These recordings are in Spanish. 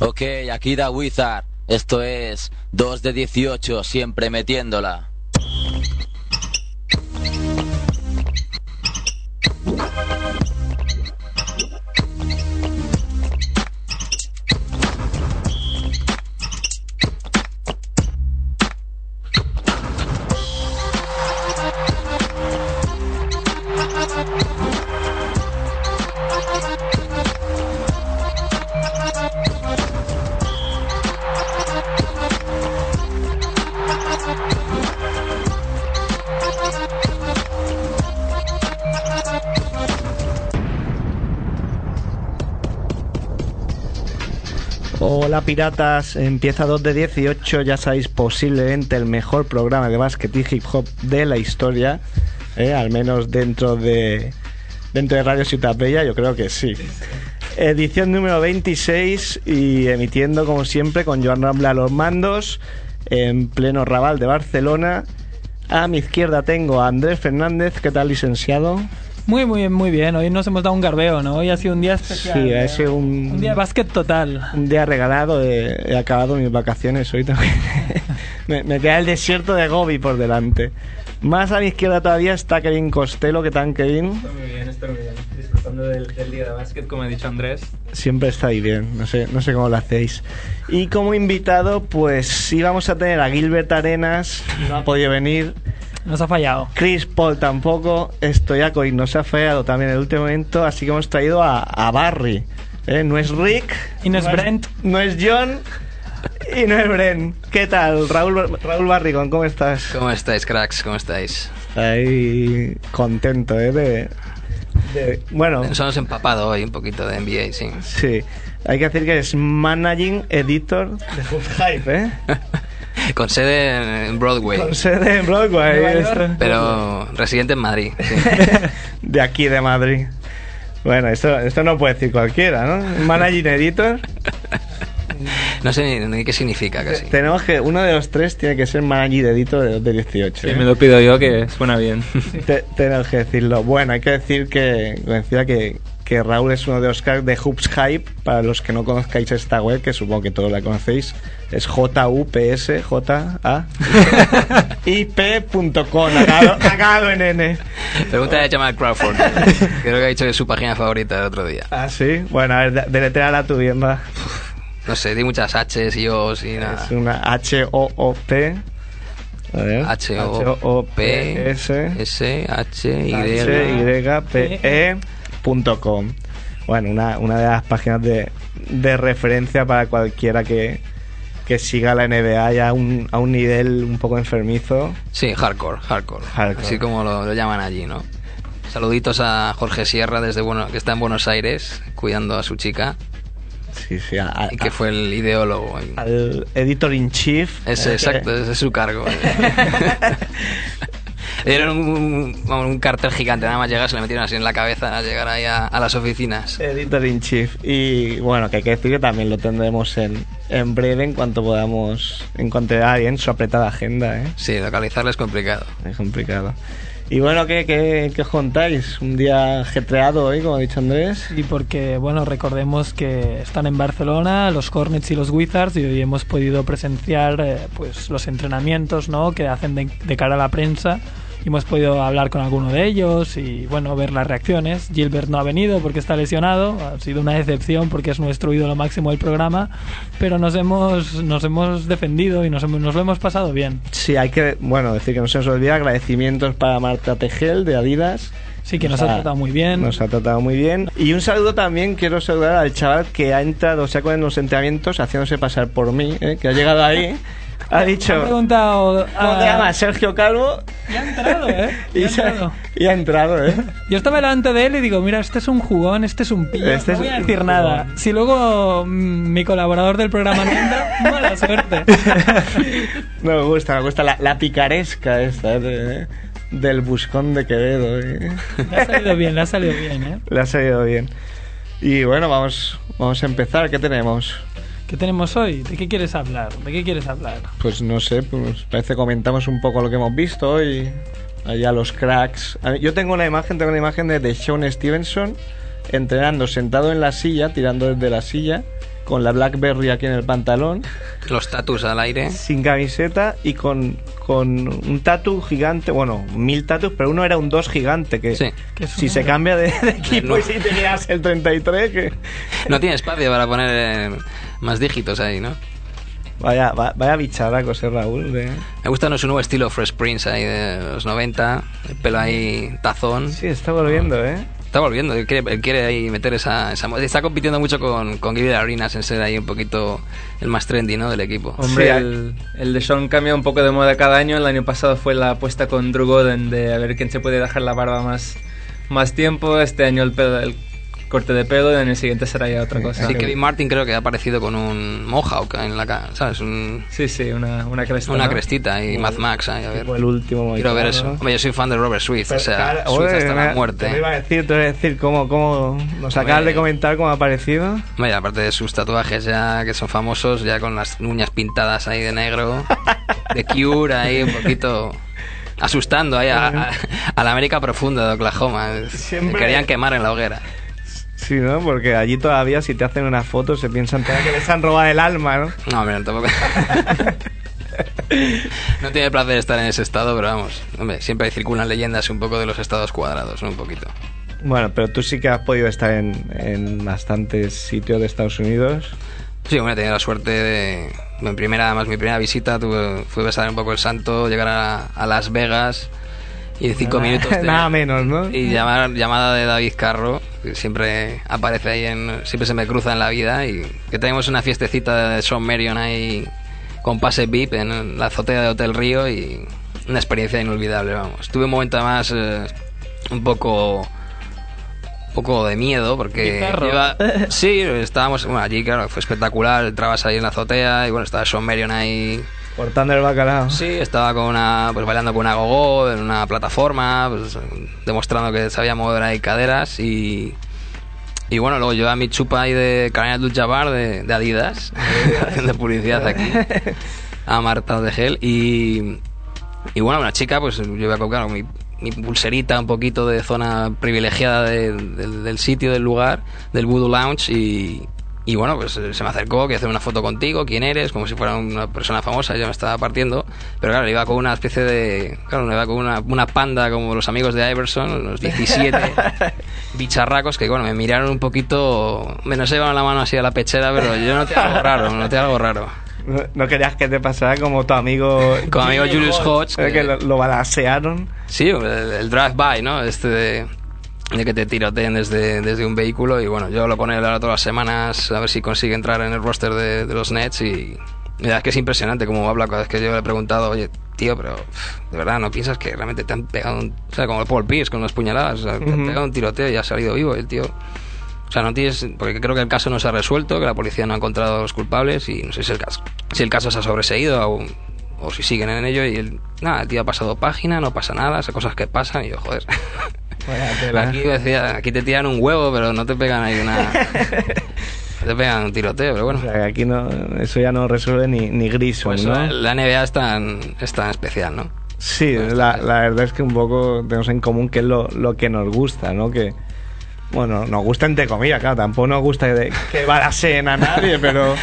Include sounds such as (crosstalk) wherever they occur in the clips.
Ok, aquí da Wizard. Esto es 2 de 18, siempre metiéndola. Hola piratas, empieza 2 de 18, ya sabéis, posiblemente el mejor programa de basket y hip hop de la historia, ¿eh? al menos dentro de dentro de Radio Ciudad Bella, yo creo que sí. Edición número 26 y emitiendo como siempre con Joan Rambla a los mandos en pleno Raval de Barcelona. A mi izquierda tengo a Andrés Fernández, ¿qué tal licenciado? Muy, muy bien, muy bien. Hoy nos hemos dado un garbeo, ¿no? Hoy ha sido un día especial. Sí, ha ¿no? sido un- día de básquet total. un día regalado, eh, he, acabado mis vacaciones hoy también. (laughs) me, me queda el desierto de Gobi por delante. Más a mi izquierda todavía está Kevin Costello, ¿qué tal Kevin? Estoy muy bien, estoy muy bien. Disfrutando del, del día de básquet, como ha dicho Andrés. Siempre está ahí bien, no sé, no sé cómo lo hacéis. Y como invitado, pues sí vamos a tener a Gilbert Arenas, no ha podido venir. Nos ha fallado. Chris Paul tampoco, Estoyaco y nos ha fallado también en el último momento, así que hemos traído a, a Barry. ¿eh? No es Rick. Y no es Brent. No es John. Y no es Brent. ¿Qué tal? Raúl, Raúl Barrigón, ¿cómo estás? ¿Cómo estáis, cracks? ¿Cómo estáis? Ahí contento, ¿eh? De, de- bueno, Nos hemos empapado hoy un poquito de NBA, sí. sí. Hay que decir que es Managing Editor de Hoop Hype, ¿eh? Con sede en Broadway, Con sede en Broadway. Nueva esto. York. pero residente en Madrid. (laughs) sí. de aquí de Madrid. Bueno, esto, esto no puede decir cualquiera, ¿no? (laughs) Managing Editor. No sé ni, ni qué significa casi. Tenemos que uno de los tres tiene que ser managing editor de los de 18. Sí, ¿eh? me lo pido yo, que (laughs) suena bien. Te- tenemos que decirlo. Bueno, hay que decir que, como decía que, que Raúl es uno de los cracks de Hoops Hype. Para los que no conozcáis esta web, que supongo que todos la conocéis, es J-U-P-S, (laughs) J-A. IP.com, acabado, acabado en N. Ah. Pregunta de Jamal (laughs) Crawford. Creo que ha dicho que es su página favorita el otro día. Ah, sí. Bueno, a ver, de- deletréala tu tienda. No sé, di muchas H's y O's y nada. Es una H-O-O-P. A ver. H-O-O-P-S. H-O-P-S-H-Y. HYPE.com. E Bueno, una, una de las páginas de, de referencia para cualquiera que, que siga la NBA ya a un, a un nivel un poco enfermizo. Sí, hardcore, hardcore. Hardcore. Así como lo, lo llaman allí, ¿no? Saluditos a Jorge Sierra, desde bueno, que está en Buenos Aires, cuidando a su chica, Sí, sí, a- a- y que fue el ideólogo. Y- al editor in chief. Ese, (laughs) Eh, exacto, ese es su cargo. Le dieron un, un- vamos, un cartel gigante, nada más llegar, se le metieron así en la cabeza al llegar ahí a, a las oficinas. Editor in chief. Y bueno, que hay que decir que también lo tendremos en, en breve en cuanto podamos, en cuanto haya bien su apretada agenda, ¿eh? Sí, localizarle es complicado. Es complicado. Y bueno, ¿qué, qué, qué os contáis? Un día getreado hoy, como ha dicho Andrés. Y porque, bueno, recordemos que están en Barcelona los Hornets y los Wizards y hoy hemos podido presenciar eh, pues los entrenamientos ¿no? que hacen de, de cara a la prensa y hemos podido hablar con alguno de ellos y, bueno, ver las reacciones. Gilbert no ha venido porque está lesionado, ha sido una decepción porque es nuestro ídolo máximo del programa, pero nos hemos, nos hemos defendido y nos, hemos- nos lo hemos pasado bien. Sí, hay que, bueno, decir que no se nos olvida agradecimientos para Marta Tejel de Adidas. Sí, que nos ha tratado muy bien. Nos ha tratado muy bien. Y un saludo también, quiero saludar al chaval que ha entrado, se ha cogido en los entrenamientos haciéndose pasar por mí, ¿eh? que ha llegado ahí, ha (laughs) Ha dicho, preguntado. ¿cómo te ah, llamas? Sergio Calvo. Ya ha entrado, ¿eh? Ya Y, ha se- entrado. y ha entrado, ¿eh? Yo estaba delante de él y digo, mira, este es un jugón, este es un pillo, Este no es voy a un decir nada. jugón. Si luego mm, mi colaborador del programa no entra, (laughs) mala (laughs) suerte. No, me gusta, me gusta la, la picaresca esta de- del buscón de Quevedo. ¿eh? Le ha salido bien, le ha salido bien, ¿eh? Le ha salido bien. Y bueno, vamos, vamos a empezar. ¿Qué tenemos? ¿Qué tenemos hoy? ¿De qué quieres hablar? ¿De qué quieres hablar? Pues no sé, pues parece que comentamos un poco lo que hemos visto hoy. Allá los cracks. A mí- Yo tengo una imagen, tengo una imagen de, de Sean Stevenson entrenando sentado en la silla, tirando desde la silla. con la Blackberry aquí en el pantalón, Los tatus al aire. sin camiseta y con, con un tatu gigante, bueno, mil tatus, pero uno era un 2 gigante que Sí. Que es si un- se cambia de, de equipo no. y si tenías el 33 que No tiene espacio para poner eh, más dígitos ahí, ¿no? vaya va- vaya bicharaco ese Raúl ¿eh? de- Me gusta no su nuevo estilo Fresh Prince ahí de los 90, el pelo ahí tazón. Sí, está volviendo, ¿eh? Está volviendo, él quiere, él quiere ahí meter esa, esa... mo- Está compitiendo mucho con, con Gibby Arenas en ser ahí un poquito el más trendy, ¿no? Del equipo. Hombre, Sí, hay- el, el de Sean cambia un poco de moda cada año. El año pasado fue la apuesta con Drew Goden de a ver quién se puede dejar la barba más, más tiempo. Este año el, pelo- el corte de pelo y en el siguiente será ya otra cosa. Sí, Kevin Martin creo que ha aparecido con un mohawk en la cara, ¿sabes? Un- Sí, sí, una, una cresta. una ¿no? crestita y Mad Max ahí, a ver. Fue el último Quiero ver eso. mexicano. Hombre, yo soy fan de Robert Swift, o Pero, sea, claro, Swift oye, hasta me- la Te lo iba muerte. a decir, te iba a decir cómo, cómo nos acabas Hombre. de comentar cómo ha aparecido. Hombre, aparte de sus tatuajes ya que son famosos, ya con las uñas pintadas ahí de (laughs) negro, de Cure ahí un poquito asustando ahí a, a- a la América profunda de Oklahoma. Siempre- Me querían quemar en la hoguera. Sí, ¿no? Porque allí todavía si te hacen una foto se piensan todavía que les han robado el alma, ¿no? No, hombre, no, tampoco. no tiene placer estar en ese estado, pero vamos. Hombre, siempre circulan leyendas un poco de los estados cuadrados, ¿no? Un poquito. Bueno, pero tú sí que has podido estar en, en bastantes sitios de Estados Unidos. Sí, bueno, he tenido la suerte de. Mi primera, además, mi primera visita tuve, fui a besar un poco el santo, llegar a, a Las Vegas y en cinco (laughs) minutos. tener- Nada menos, ¿no? Y llamar, llamada de David Carro, que siempre aparece ahí, en, siempre se me cruza en la vida. Y que tenemos una fiestecita de Sean Marion ahí con pase VIP en la azotea de Hotel Río y una experiencia inolvidable, vamos. Tuve un momento más un poco un poco de miedo porque Bizarro. iba- sí estábamos bueno, allí claro fue espectacular entrabas ahí en la azotea y bueno estaba Sean Marion ahí Cortando el bacalao. Sí, estaba con una, pues bailando con una gogo en una plataforma, pues, demostrando que sabía mover ahí caderas y y bueno luego llevaba mi chupa ahí de Canal Dul Jabbar de, de Adidas, (laughs) haciendo publicidad aquí a Marta de Gel y y bueno una chica pues yo iba a colocar mi, mi pulserita un poquito de zona privilegiada de- del- del sitio del lugar del Voodoo Lounge y y bueno, pues eh, se me acercó, que hacer una foto contigo, quién eres, como si fuera una persona famosa, yo me estaba partiendo. Pero claro, iba con una especie de. Claro, iba con una, una panda como los amigos de Iverson, los 17 (laughs) bicharracos, que bueno, me miraron un poquito. Me no se llevaban la mano así a la pechera, pero yo noté algo raro, noté algo raro. No, no querías que te pasara como (laughs) tu amigo. Con amigo Julius Hodge. eh, que lo, lo balasearon. Sí, el, el drive-by, ¿no? Este de, de que te tiroteen desde, desde un vehículo. Y bueno, yo lo con él ahora todas las semanas a ver si consigue entrar en el roster de, de los Nets. Y la verdad es que es impresionante cómo habla cada vez que yo le he preguntado, oye, tío, pero pff, de verdad, ¿no piensas que realmente te han pegado un. O sea, como el Paul Pierce con las puñaladas, o sea, te han Ujú. pegado un tiroteo y has salido vivo. Y el tío. O sea, no tienes. Porque creo que el caso no se ha resuelto, que la policía no ha encontrado a los culpables y no sé si el caso, si el caso se ha sobreseído o, o si siguen en ello. Y el, nada, el tío ha pasado página, no pasa nada, esas cosas que pasan. Y yo, joder. Vaya (laughs) tela. Aquí, decía, aquí te tiran un huevo, pero no te pegan ahí (laughs) una. no te pegan un tiroteo, pero O bueno. sea, que aquí no, eso ya no resuelve ni, ni Grissom, Pues ¿no? la, la NBA es tan, es tan especial, ¿no? Sí, la, la verdad es que un poco tenemos en común que es lo, lo que nos gusta, ¿no? Que, bueno, nos gusta entre comillas, claro, tampoco nos gusta que, que balaseen a nadie, pero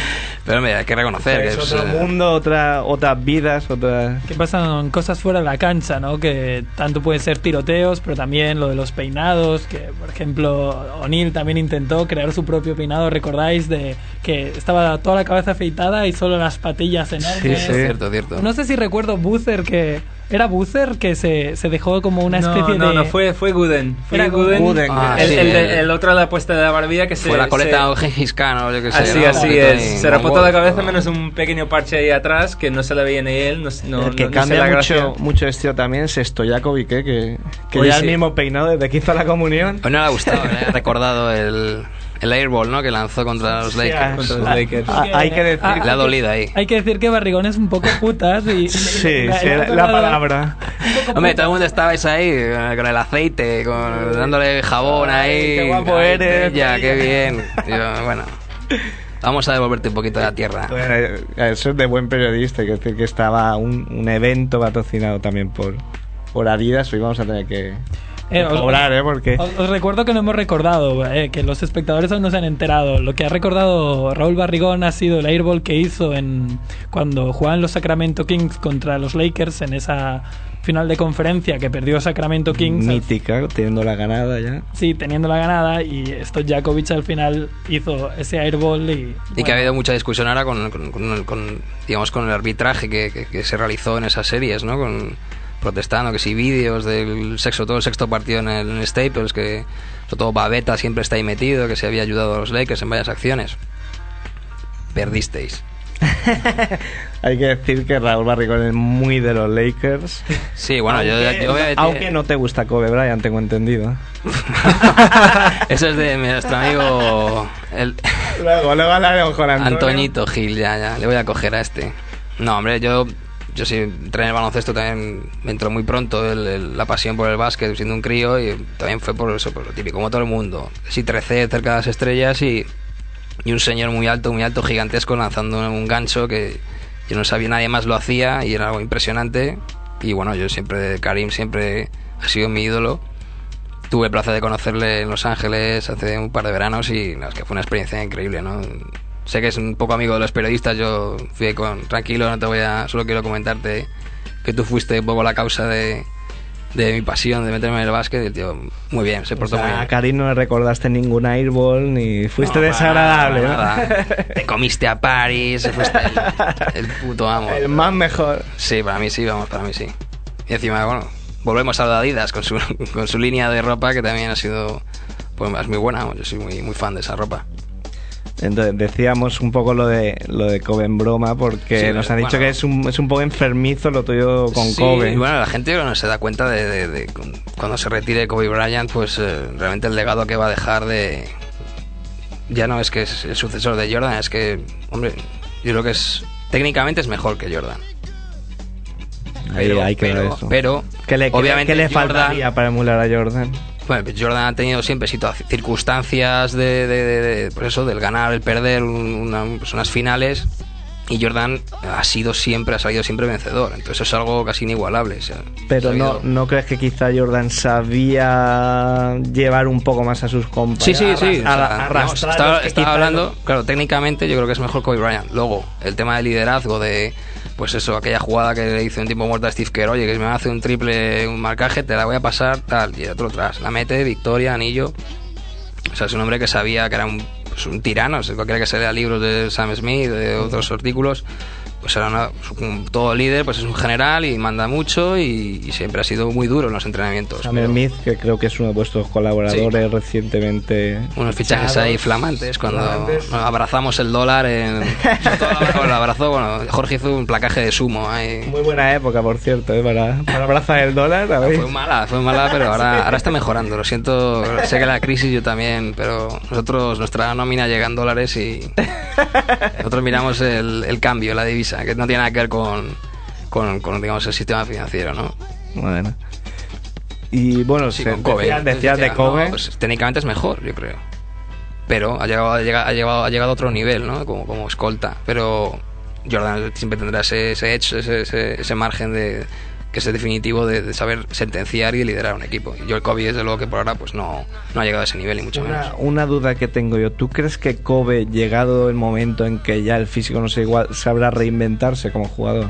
Pero hombre, hay que reconocer que es es, otro eh, mundo, otra, otras vidas, otras... Que pasan cosas fuera de la cancha, ¿no? Que tanto puede ser tiroteos, pero también lo de los peinados, que por ejemplo O'Neill también intentó crear su propio peinado, ¿recordáis? De que estaba toda la cabeza afeitada y solo las patillas enormes. Sí. cierto, cierto. No sé si recuerdo Boozer que... ¿Era Boozer que se, se dejó como una especie no, de...? no, fue, fue Gooden. Fue Era Gooden. Gooden. Ah, el, sí, el, el- de- el otro de la puesta de la barbilla que se. Fue la coleta se- o Gengis Khan o yo qué sé. Así, ¿no? así Un poquito ahí, es. Se un rapó toda la huevo, cabeza pero- menos un pequeño parche ahí atrás que no se la veía ni él. No, se- no, el que no- no se cambia la mucho, gració. mucho estilo también es Stojakovic, ¿eh? que, que Oye, lleva sí. el mismo peinado desde que hizo la comunión. Pues no le ha gustado, le ha recordado el, el airball, ¿no? Que lanzó contra los Lakers. Contra los Lakers. Ah, hay que decir... Ah, Le ha dolido ahí. Hay que decir que Barrigón es un poco putas y... (laughs) sí, sí, el la, otro la lado- palabra. un poco Hombre, putas. todo el mundo estabais ahí eh, con el aceite, con, dándole jabón Ay, ahí. qué guapo Ay, eres. Ya, qué bien. Yo, bueno, vamos a devolverte un poquito de la tierra. Bueno, eh, eso es de buen periodista, que decir que estaba un, un evento patrocinado también por, por Adidas, hoy vamos a tener que... Eh, os- cobrar, ¿eh? Porque. Os, os recuerdo que no hemos recordado, eh, que los espectadores aún no se han enterado. Lo que ha recordado Raúl Barrigón ha sido el airball que hizo en cuando jugaban los Sacramento Kings contra los Lakers en esa final de conferencia que perdió Sacramento Kings. al- Mítica, teniendo la ganada ya. Sí, teniendo la ganada y esto Jakovic al final hizo ese airball y... Y que bueno, ha habido mucha discusión ahora con, con- con el- con, digamos, con el arbitraje que, que- que se realizó en esas series, ¿no? Con, protestando que si vídeos del sexto, todo el sexto partido en el en Staples, que sobre todo Babeta siempre está ahí metido, que se había ayudado a los Lakers en varias acciones. Perdisteis. Hay que decir que Raúl Barrigón es muy de los Lakers. Sí, bueno, yo- Aunque- yo, voy a decir- Aunque no te gusta Kobe Bryant, tengo entendido. Eso es de nuestro amigo el, Luego, luego hablaremos con Antonio. Antoñito Gil, ya, ya, le voy a coger a este. No, hombre, yo, yo sí entré en el baloncesto también, me entró muy pronto el- el- la pasión por el básquet siendo un crío y también fue por eso, por lo típico, como todo el mundo. Sí, trecé cerca de las estrellas y, y un señor muy alto, muy alto, gigantesco, lanzando un, un gancho que yo no sabía, nadie más lo hacía y era algo impresionante. Y bueno, yo siempre, Karim siempre ha sido mi ídolo. Tuve el placer de conocerle en Los Ángeles hace un par de veranos y no, es que fue una experiencia increíble, ¿no? Sé que es un poco amigo de los periodistas, yo fui con tranquilo, no te voy a, solo quiero comentarte que tú fuiste un poco la causa de, de mi pasión de meterme en el básquet y el tío, muy bien, se O portó muy sea, bien. a Karim no le recordaste ningún airball ni fuiste No, para desagradable. ¿no? nada, nada. Te comiste a París, fuiste el, el puto amo. (laughs) El más mejor. Sí, para mí sí, vamos, para mí sí. Y encima, bueno, volvemos a lo de Adidas con su, (laughs) con su línea de ropa que también ha sido pues, es muy buena. vamos, Yo soy muy, muy fan de esa ropa. Entonces decíamos un poco lo de lo de Kobe en broma porque Sí, nos han dicho bueno. que es un, es un poco enfermizo lo tuyo con Sí, Kobe. y bueno, la gente no se da cuenta de, de- de cu- cuando se retire Kobe Bryant, pues eh, realmente el legado que va a dejar de. Ya no es que es el sucesor de Jordan, es que, hombre, yo creo que es. Técnicamente es mejor que Jordan. Ahí Pero- hay que ver pero- eso. pero, ¿Qué le, qué- obviamente, qué le Jordan- faltaría para emular a Jordan? Bueno, pues Jordan ha tenido siempre situa- circunstancias de, de- de- de- por eso, del ganar, el perder, un- una- pues unas finales. Y Jordan ha sido siempre, ha salido siempre vencedor. Entonces es algo casi inigualable. o sea, Pero no, sabido- no crees que quizá Jordan sabía llevar un poco más a sus compañeros. Sí, sí, sí. Arra- O sea, arra- vamos, arrastrarlos, estaba, que estaba quizá hablando, claro, técnicamente yo creo que es mejor Kobe Bryant. Luego, el tema del liderazgo, de pues eso, aquella jugada que le hizo en tiempo muerto a Steve Kerr, oye, que si me hace un triple, un marcaje, te la voy a pasar, tal, y el otro atrás. La mete, victoria, anillo. O sea, es un hombre que sabía que era un, pues, un tirano, o sea, cualquiera que se lea libros de Sam Smith, de otros artículos, pues era una- un- todo líder, pues es un general y manda mucho y, y siempre ha sido muy duro en los entrenamientos. Sam Smith, que creo que es uno de vuestros colaboradores recientemente. Unos fichajes ahí flamantes cuando bueno, abrazamos el dólar. En, sobre todo abajo el abrazo, bueno, Jorge hizo un placaje de sumo. ahí. Muy buena época, por cierto, ¿eh? para, para abrazar el dólar. ¿habéis? Fue mala, fue mala, pero ahora, ahora está mejorando. Lo siento, sé que la crisis yo también, pero nosotros, nuestra nómina llega en dólares y nosotros miramos el, el cambio, la divisa, que no tiene nada que ver con, con, con, digamos, el sistema financiero, ¿no? Bueno. Y bueno, Sí, se- con Kobe. decías, decías de No, Kobe. pues, técnicamente es mejor, yo creo. Pero ha llegado, ha llegado, ha llegado, ha llegado a otro nivel, ¿no? Como, como escolta. Pero Jordan siempre tendrá ese, ese edge, ese, ese- ese margen de que es el definitivo de, de saber sentenciar y liderar un equipo. Y yo el Kobe, desde luego que por ahora, pues no, no ha llegado a ese nivel, ni mucho menos. Una, una duda que tengo yo. ¿Tú crees que Kobe, llegado el momento en que ya el físico no sea igual, sabrá reinventarse como jugador?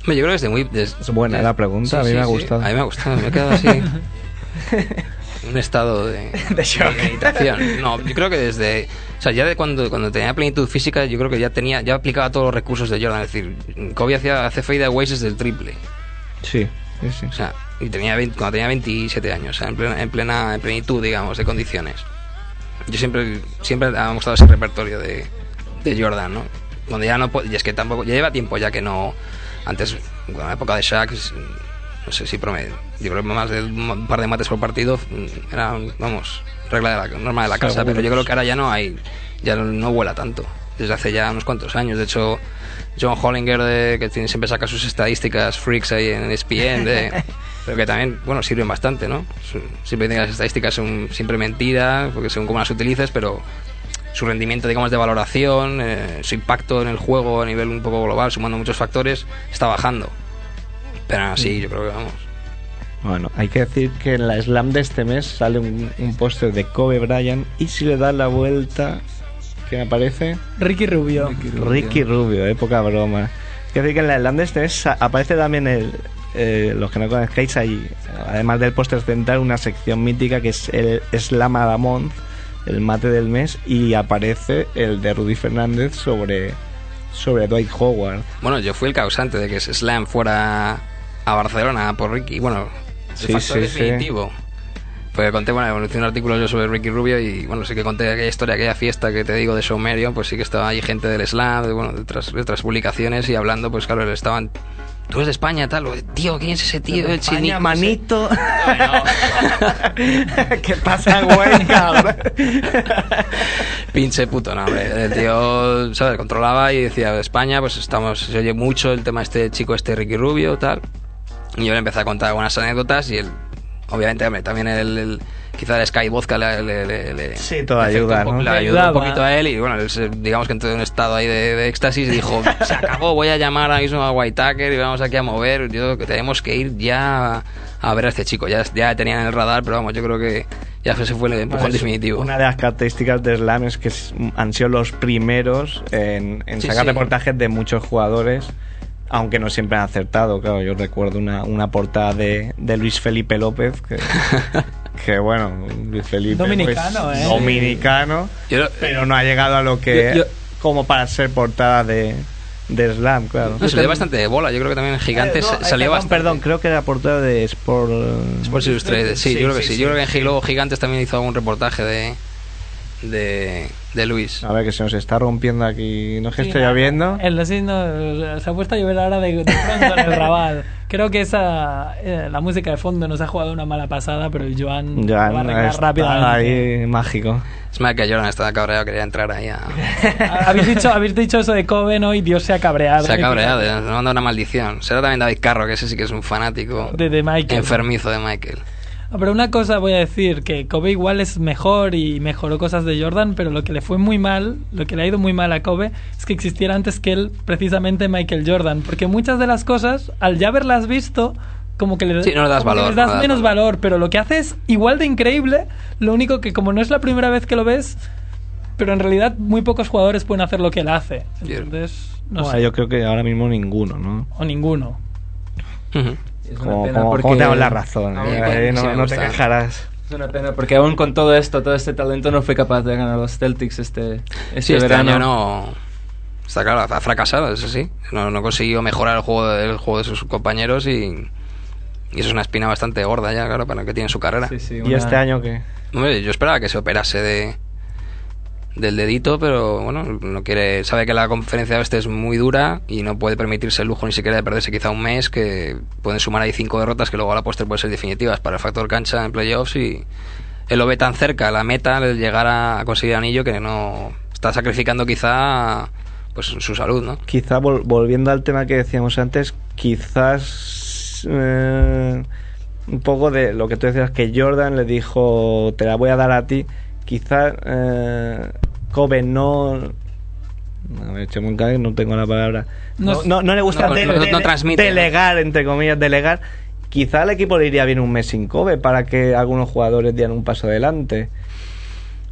Hombre, Yo creo que desde muy... des- Es buena des- la pregunta, a mí me ha gustado. A mí me ha gustado, me he quedado (laughs) así... en un estado de, shock. de meditación. No, yo creo que desde... O sea, ya de cuando, cuando tenía plenitud física, yo creo que ya tenía ya aplicaba todos los recursos de Jordan. Es decir, Kobe hacía, hace fadeaways desde el triple. Sí, sí, sí. O sea, y tenía 20 cuando tenía 27 años, o sea, en plena, en plena en plenitud, digamos, de condiciones. Yo siempre siempre ha mostrado ese repertorio de, de Jordan, ¿no? Donde ya no po- y es que tampoco ya lleva tiempo ya que no antes con la época de Shaq es- no sé si promedio, yo creo que más de un par de mates por partido mm, era vamos, regla de la norma de la casa, pero yo creo que ahora ya no hay ya no, no vuela tanto desde hace ya unos cuantos años. De hecho, John Hollinger, de- que tiene- siempre saca sus estadísticas freaks ahí en E ESPN, de- pero que también, bueno, sirven bastante, ¿no? Su- Siempre dicen que las estadísticas son siempre mentiras, porque según cómo las utilices, pero su rendimiento, digamos, de valoración, eh, su impacto en el juego a nivel un poco global, sumando muchos factores, está bajando. Pero aún así, yo creo que vamos. Bueno, hay que decir que en la slam de este mes sale un, un póster de Kobe Bryant y si le das la vuelta, ¿quién aparece? Ricky Rubio. Ricky Rubio, eh, poca broma. Hay que decir que en la slam de este mes sa- aparece también el... eh, los que no conozcáis ahí, además del póster central, una sección mítica que es el Slam Adamont, el mate del mes, y aparece el de Rudy Fernández sobre, sobre Dwight Howard. Bueno, yo fui el causante de que Slam fuera a Barcelona por Ricky. Bueno, el Sí, factor sí, sí. definitivo. Pues conté, bueno, conocí un artículo yo sobre Ricky Rubio y bueno, sí que conté aquella historia, aquella fiesta que te digo de Showmerio, pues sí que estaba ahí gente del Slam, de, bueno, de otras, de otras publicaciones y hablando, pues claro, estaban... Tú eres de España, tal, o, tío, ¿quién es ese tío? El España, chinito, manito. (laughs) no. ¿Qué pasa, güey, cabrón? Pinche puto, no, hombre. El tío, ¿sabes? Controlaba y decía, España, pues estamos, se oye mucho el tema este chico, este Ricky Rubio, tal. Y yo le empecé a contar algunas anécdotas y él, obviamente, hombre, también el, el- quizá el Sky Vodka le, le- le- le- Sí, todo le afectó ayuda, un poco- ¿no? le ayudó un Ayudaba. poquito a él y bueno, él se- digamos que entró en un estado ahí de, de éxtasis y dijo, (laughs) se acabó, voy a llamar a Isma Whitaker y vamos aquí a mover, yo tenemos que ir ya a, a ver a este chico, ya, ya tenían en el radar, pero vamos, yo creo que ya se fue el empujón Bueno, es definitivo. Una de las características de Slam es que es- han sido los primeros en, en Sí, sacar sí. reportajes de muchos jugadores, aunque no siempre han acertado. Claro, yo recuerdo una, una portada de, de Luis Felipe (laughs) López, que, que, bueno, Luis Felipe. pues, Dominicano, ¿eh? Dominicano, Yo lo- pero no ha llegado a lo que. Yo- yo- como para ser portada de, de Slam, claro. No, se le dio bastante de bola. Yo creo que también en Gigantes Eh, no, eh, salió perdón, bastante. Perdón, creo que era portada de Sport. Sports Illustrated. Sí, Sí, yo creo que sí, sí. sí. Yo creo que en Gi- luego Gigantes también hizo algún reportaje de. de. de Luis. Ah. A ver, que se nos está rompiendo aquí. No es que Sí, estoy nada. lloviendo. El vecino se ha puesto a llover ahora de, de pronto (laughs) en el Raval. Creo que esa eh, la música de fondo nos ha jugado una mala pasada, pero el Joan Ya lo va a está arreglar rápidamente. ahí mágico. Es más que Jordan estaba cabreado, quería entrar ahí (laughs) a. Ah, Habéis dicho, habéis dicho eso de Kobe, ¿no? Y Dios se ha cabreado. Se ha cabreado, eh. nos manda una maldición. Será también David Carro, que ese sí que es un fanático. De, de Michael. Enfermizo de Michael. Ah, Pero una cosa voy a decir, que Kobe igual es mejor y mejoró cosas de Jordan, pero lo que le fue muy mal, lo que le ha ido muy mal a Kobe, es que existiera antes que él precisamente Michael Jordan, porque muchas de las cosas, al ya haberlas visto, como que le Sí, no le das como que valor, les das no le das menos valor. valor, pero lo que hace es igual de increíble, lo único que como no es la primera vez que lo ves, pero en realidad muy pocos jugadores pueden hacer lo que él hace. Yo- Entonces, no Bueno, sé, Yo creo que ahora mismo ninguno, ¿no? o ninguno. Ujú. Es una Como, pena como, porque- como te hago la razón. Ah, eh, bueno, eh, no sí me no te gusta. quejarás. Es una pena porque aún con todo esto, todo este talento, no fue capaz de ganar los Celtics este, este Sí, este verano. año no. Está claro, ha fracasado, eso sí. No, no consiguió mejorar el juego, de- el juego de sus compañeros y. Y eso es una espina bastante gorda ya, claro, para lo que tiene su carrera. Sí, sí, ¿Y una- este año qué? Hombre, yo esperaba que se operase de del dedito, pero bueno, no quiere, sabe que la conferencia oeste es muy dura y no puede permitirse el lujo ni siquiera de perderse quizá un mes, que pueden sumar ahí cinco derrotas que luego a la postre pueden ser definitivas para el factor cancha en playoffs y él lo ve tan cerca, la meta de llegar a, a conseguir anillo que no está sacrificando quizá pues su salud, ¿no? Quizá vol- volviendo al tema que decíamos antes, quizás eh, un poco de lo que tú decías que Jordan le dijo te la voy a dar a ti. Quizás eh, Kobe no. A ver, echemos un cague, no tengo la palabra. No No, es- no, no le gusta no, dele- no- no dele- transmite. delegar, entre comillas, delegar. Quizá al equipo le iría bien un mes sin Kobe para que algunos jugadores dieran un paso adelante.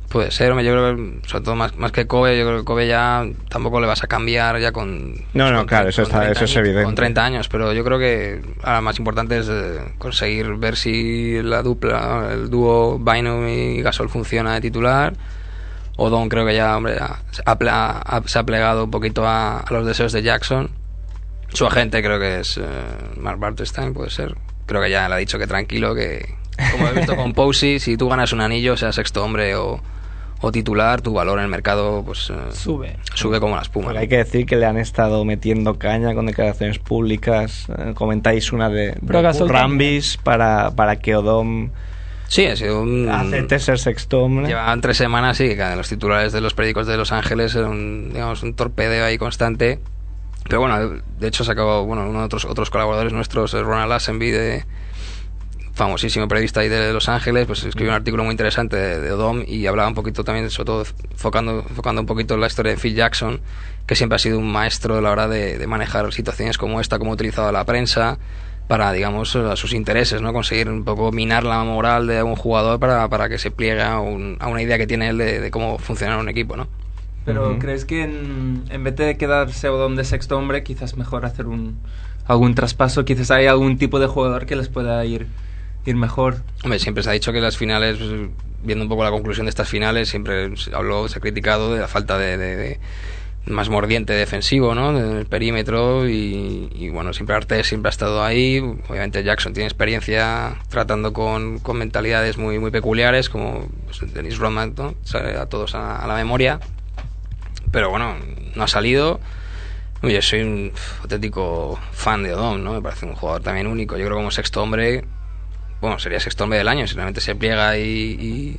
Puede ser, hombre, yo creo que sobre todo más, más que Kobe, yo creo que Kobe ya tampoco le vas a cambiar ya con... pues, No, no, con- claro, eso está- 30 eso es años- evidente. Con 30 años, pero yo creo que ahora más importante es eh, conseguir ver si la dupla, el dúo Bynum y Gasol funciona de titular. Odon creo que ya, hombre, ya se, ha pla- ha- se ha plegado un poquito a, a los deseos de Jackson. Su agente creo que es eh, Mark Bartestein, puede ser. Creo que ya le ha dicho que tranquilo, que como he visto (laughs) con Posey, si tú ganas un anillo, sea sexto hombre o, o titular, tu valor en el mercado pues eh, Sube. sube como la espuma. Porque hay que decir que le han estado metiendo caña con declaraciones públicas. eh, comentáis una de, Pero de Gasol Rambis para, para que Odom Sí, ha sido un... acepte ser sexto hombre. Llevaban tres semanas, sí, que los titulares de los periódicos de Los Ángeles era un, digamos, un torpedeo ahí constante. Pero bueno, de hecho se acabó, bueno, uno de otros, otros colaboradores nuestros, eh, Ronald Lassenby, de, famosísimo periodista ahí de Los Ángeles, pues escribió un artículo muy interesante de, de Odom y hablaba un poquito también, sobre todo enfocando, enfocando un poquito la historia de Phil Jackson, que siempre ha sido un maestro a la hora de, de manejar situaciones como esta, cómo ha utilizado a la prensa, para, digamos, a sus intereses, ¿no? Conseguir un poco minar la moral de un jugador para, para que se pliegue a, un- a una idea que tiene él de, de cómo funciona un equipo, ¿no? Pero Ujú. ¿crees que en, en vez de quedarse donde sexto hombre, quizás mejor hacer un algún traspaso? Quizás hay algún tipo de jugador que les pueda ir, ir mejor. Hombre, siempre se ha dicho que las finales, pues, viendo un poco la conclusión de estas finales, siempre se habló, se ha criticado de la falta de, de- de más mordiente defensivo, ¿no? Del perímetro y, y, bueno, siempre Arte siempre ha estado ahí. Obviamente Jackson tiene experiencia tratando con, con mentalidades muy, muy peculiares, como pues, Dennis Rodman, ¿no? Sale a todos a- a la memoria. Pero bueno, no ha salido. Uy, Yo soy un auténtico fan de Odom, ¿no? Me parece un jugador también único. Yo creo que como sexto hombre, bueno, sería sexto hombre del año. Si realmente se pliega y,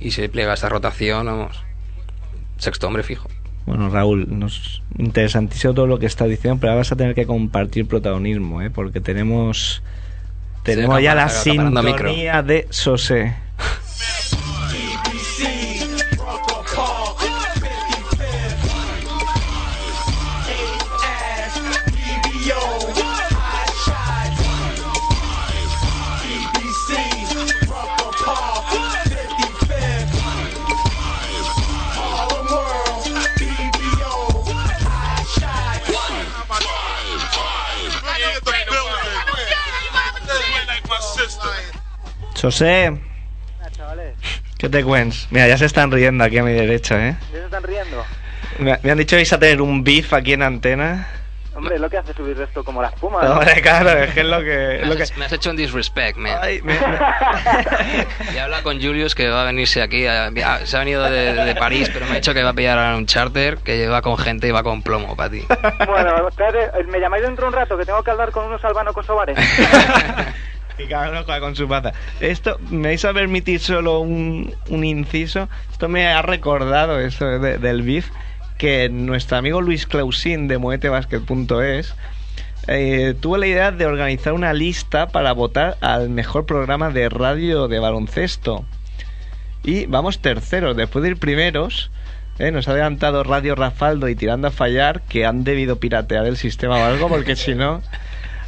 y, y se pliega esta rotación, vamos, sexto hombre fijo. Bueno, Raúl, nos interesantísimo todo lo que estás diciendo, pero ahora vas a tener que compartir protagonismo, ¿eh? porque tenemos tenemos acapara- ya la acaparando sintonía micro. de Sosé. Sosé, Ah, chavales, ¿qué te cuentas? Mira, ya se están riendo aquí a mi derecha, ¿eh? ¿ya se están riendo? Me, me han dicho que vais a tener un beef aquí en antena. Hombre, es lo que hace subir esto como la espuma. ¿no? Hombre, claro, es que es lo que... es Me (laughs) Eh, lo que... has, me has hecho un disrespect, man. Ay, me- me- Y habla con Julius que va a venirse aquí. a- a- se ha venido de, de París, pero me ha dicho que va a pillar ahora un charter que lleva con gente y va con plomo para ti. (laughs) Bueno, espérate, eh, ¿me llamáis dentro de un rato que tengo que hablar con (laughs) unos albano-kosovares? Y cada uno juega con su pata. Esto, me vais a permitir solo un, un inciso. Esto me ha recordado eso de- del BIF, que nuestro amigo Luis Clausín de moetebasket.es eh, tuvo la idea de organizar una lista para votar al mejor programa de radio de baloncesto. Y vamos terceros, después de ir primeros. eh, nos ha adelantado Radio Rafaldo y Tirando a Fallar que han debido piratear el sistema o algo, porque si no.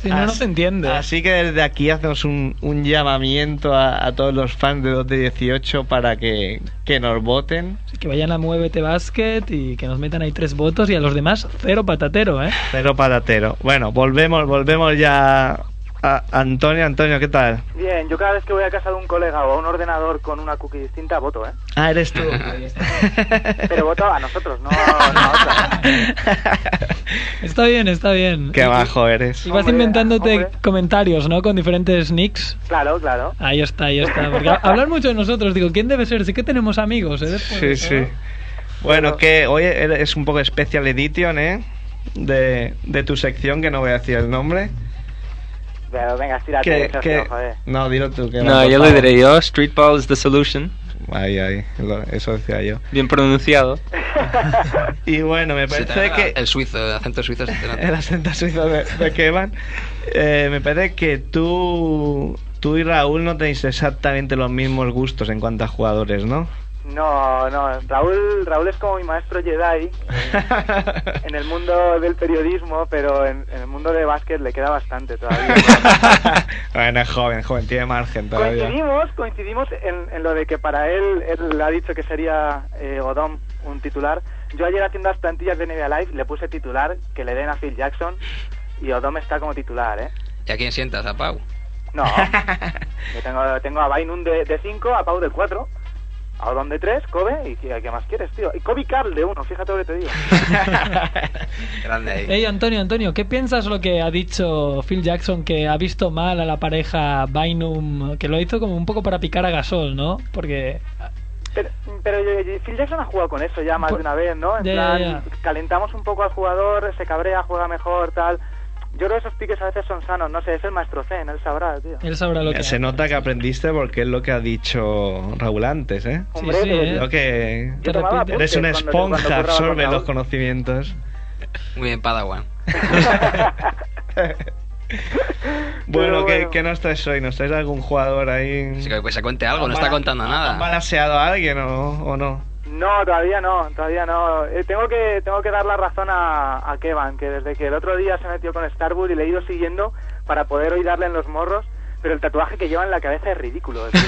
Si no, no Así- se entiende. Así que desde aquí hacemos un, un llamamiento a, a todos los fans de 2 de 18 para que, que nos voten. Así que vayan a Muévete Basket y que nos metan ahí tres votos y a los demás cero patatero, ¿eh? Cero patatero. Bueno, volvemos, volvemos ya a Antonio. Antonio, ¿qué tal? Bien, yo cada vez que voy a casa de un colega o a un ordenador con una cookie distinta, voto, ¿eh? Ah, eres (laughs) tú. (laughs) Pero voto a nosotros, no a la otra. Está bien, está bien. (laughs) Qué Y- bajo eres. Y vas Hombre, inventándote hombre. comentarios, ¿no? Con diferentes nicks. Claro, claro. Ahí está, ahí está. Porque ha- hablar mucho de nosotros, digo, ¿quién debe ser? Sí que tenemos amigos, ¿eh? Después, Sí, ¿no? sí. Bueno, que hoy es un poco special edition, ¿eh? De, de tu sección, que no voy a decir el nombre. Pero venga, tírate, Que, Sergio, que- joder. No, dilo tú. Que No, por yo lo favor. diré yo. Street Ball is the solution. Ahí, ahí, lo- eso decía yo. Bien pronunciado. (laughs) Y bueno, me Se te parece nota que (laughs) El suizo, el acento suizo se te nota. el acento suizo de, de Kevan, eh, me parece que tú, tú y Raúl no tenéis exactamente los mismos gustos en cuanto a jugadores, (laughs) ¿no? No, no, Raúl, Raúl es como mi maestro Jedi en el mundo del periodismo, pero en, en el mundo de básquet le queda bastante todavía. (laughs) bueno, es joven, joven, tiene margen todavía. Coincidimos, coincidimos en, en lo de que para él, él ha dicho que sería eh, Odom un titular. Yo ayer haciendo las plantillas de NBA Live le puse titular, que le den a Phil Jackson, y Odom está como titular, ¿eh? ¿Y a quién sientas? ¿A Pau? No, yo tengo, tengo a Bainun de 5, a Pau de 4, a Odom de 3, Kobe, y ¿qué, qué más quieres, tío? Y Kobe Carl de 1, fíjate lo que te digo. Grande ahí. Ey, Antonio, Antonio, ¿qué piensas lo que ha dicho Phil Jackson que ha visto mal a la pareja Bynum, que lo hizo como un poco para picar a Gasol, ¿no? Porque Pero, pero eh, Phil Jackson ha jugado con eso ya más Por- de una vez, ¿no? En Pues, Ya, ya, plan, ya. calentamos un poco al jugador, se cabrea, juega mejor, tal. Yo creo que esos piques a veces son sanos, no sé, es el maestro Zen, él sabrá, tío. él sabrá lo que Se hace. nota que aprendiste porque es lo que ha dicho Raúl antes, ¿eh? Hombre, sí, pero eh. yo- Creo que yo tomaba Te eres apuntes una cuando- cuando esponja, curraba con absorbe Raúl. los conocimientos. Muy bien, Padawan. bueno, (laughs) Pero ¿qué, bueno. qué nos traes hoy? ¿Nos traes algún jugador ahí? pues, Así que, que se cuente algo, no está contando ¿Han nada. balaseado a alguien o, o no? No, todavía no, todavía no. Eh, tengo que tengo que dar la razón a, a Kevan, que desde que el otro día se metió con Starbuck y le he ido siguiendo para poder hoy darle en los morros, pero el tatuaje que lleva en la cabeza es ridículo. (laughs) tío.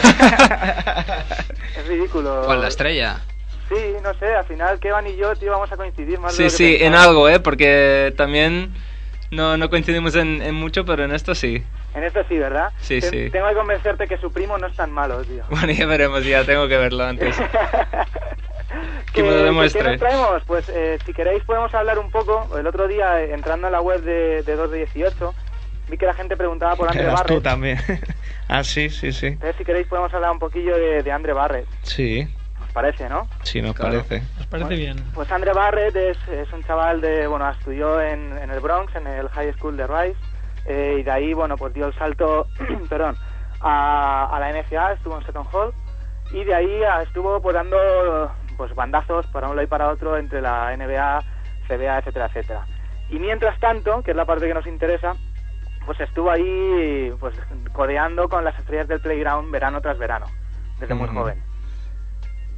es ridículo. ¿Cuál, la estrella? Sí, no sé, al final Kevan y yo, tío, vamos a coincidir más de Sí, lo que sí, en pensaba. algo, ¿eh? Porque también no, no coincidimos en, en mucho, pero en esto sí. (laughs) En esto sí, ¿verdad? Sí, Te- sí. Tengo que convencerte que su primo no es tan malo, tío. Bueno, ya veremos, ya tengo que verlo (laughs) antes. (laughs) Que me lo demuestre. ¿qué nos traemos? Pues eh, si queréis podemos hablar un poco. El otro día, eh, entrando en la web de, de 2 de 18, vi que la gente preguntaba (laughs) (laughs) por Andre Eras tú Barrett. también. (laughs) ah, sí, sí, sí. Entonces, si queréis podemos hablar un poquillo de, de Andre Barrett. Sí, ¿Os parece, no? sí, nos Claro. parece. Nos parece bien. Pues Andre Barrett es, es un chaval de, bueno, estudió en, en el Bronx, en el High School de Rice, eh, y de ahí, bueno, pues dio el salto, (clears throat) perdón, a, a la NCA, estuvo en Seton Hall, y de ahí ah, estuvo pues, dando pues bandazos para un lado y para otro entre la NBA, CBA, etcétera, etcétera. Y mientras tanto, que es la parte que nos interesa, pues estuvo ahí pues codeando con las estrellas del playground verano tras verano, desde muy Ujú. joven.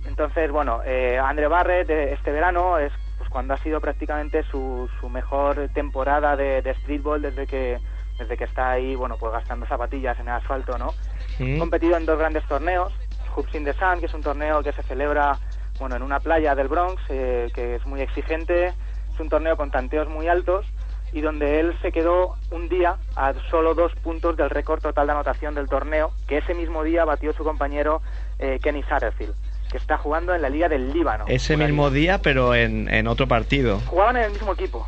Entonces, bueno, eh, Andre Barrett eh, este verano es pues, cuando ha sido prácticamente su, su mejor temporada de, de streetball desde que desde que está ahí, bueno, pues gastando zapatillas en el asfalto, ¿no? Mm. Ha competido en dos grandes torneos, Hoops in the Sun, que es un torneo que se celebra, bueno, en una playa del Bronx, eh, que es muy exigente, es un torneo con tanteos muy altos y donde él se quedó un día a solo dos puntos del récord total de anotación del torneo, que ese mismo día batió su compañero eh, Kenny Satterfield, que está jugando en la liga del Líbano. Ese Una mismo liga. día, pero en, en otro partido. Jugaban en el mismo equipo.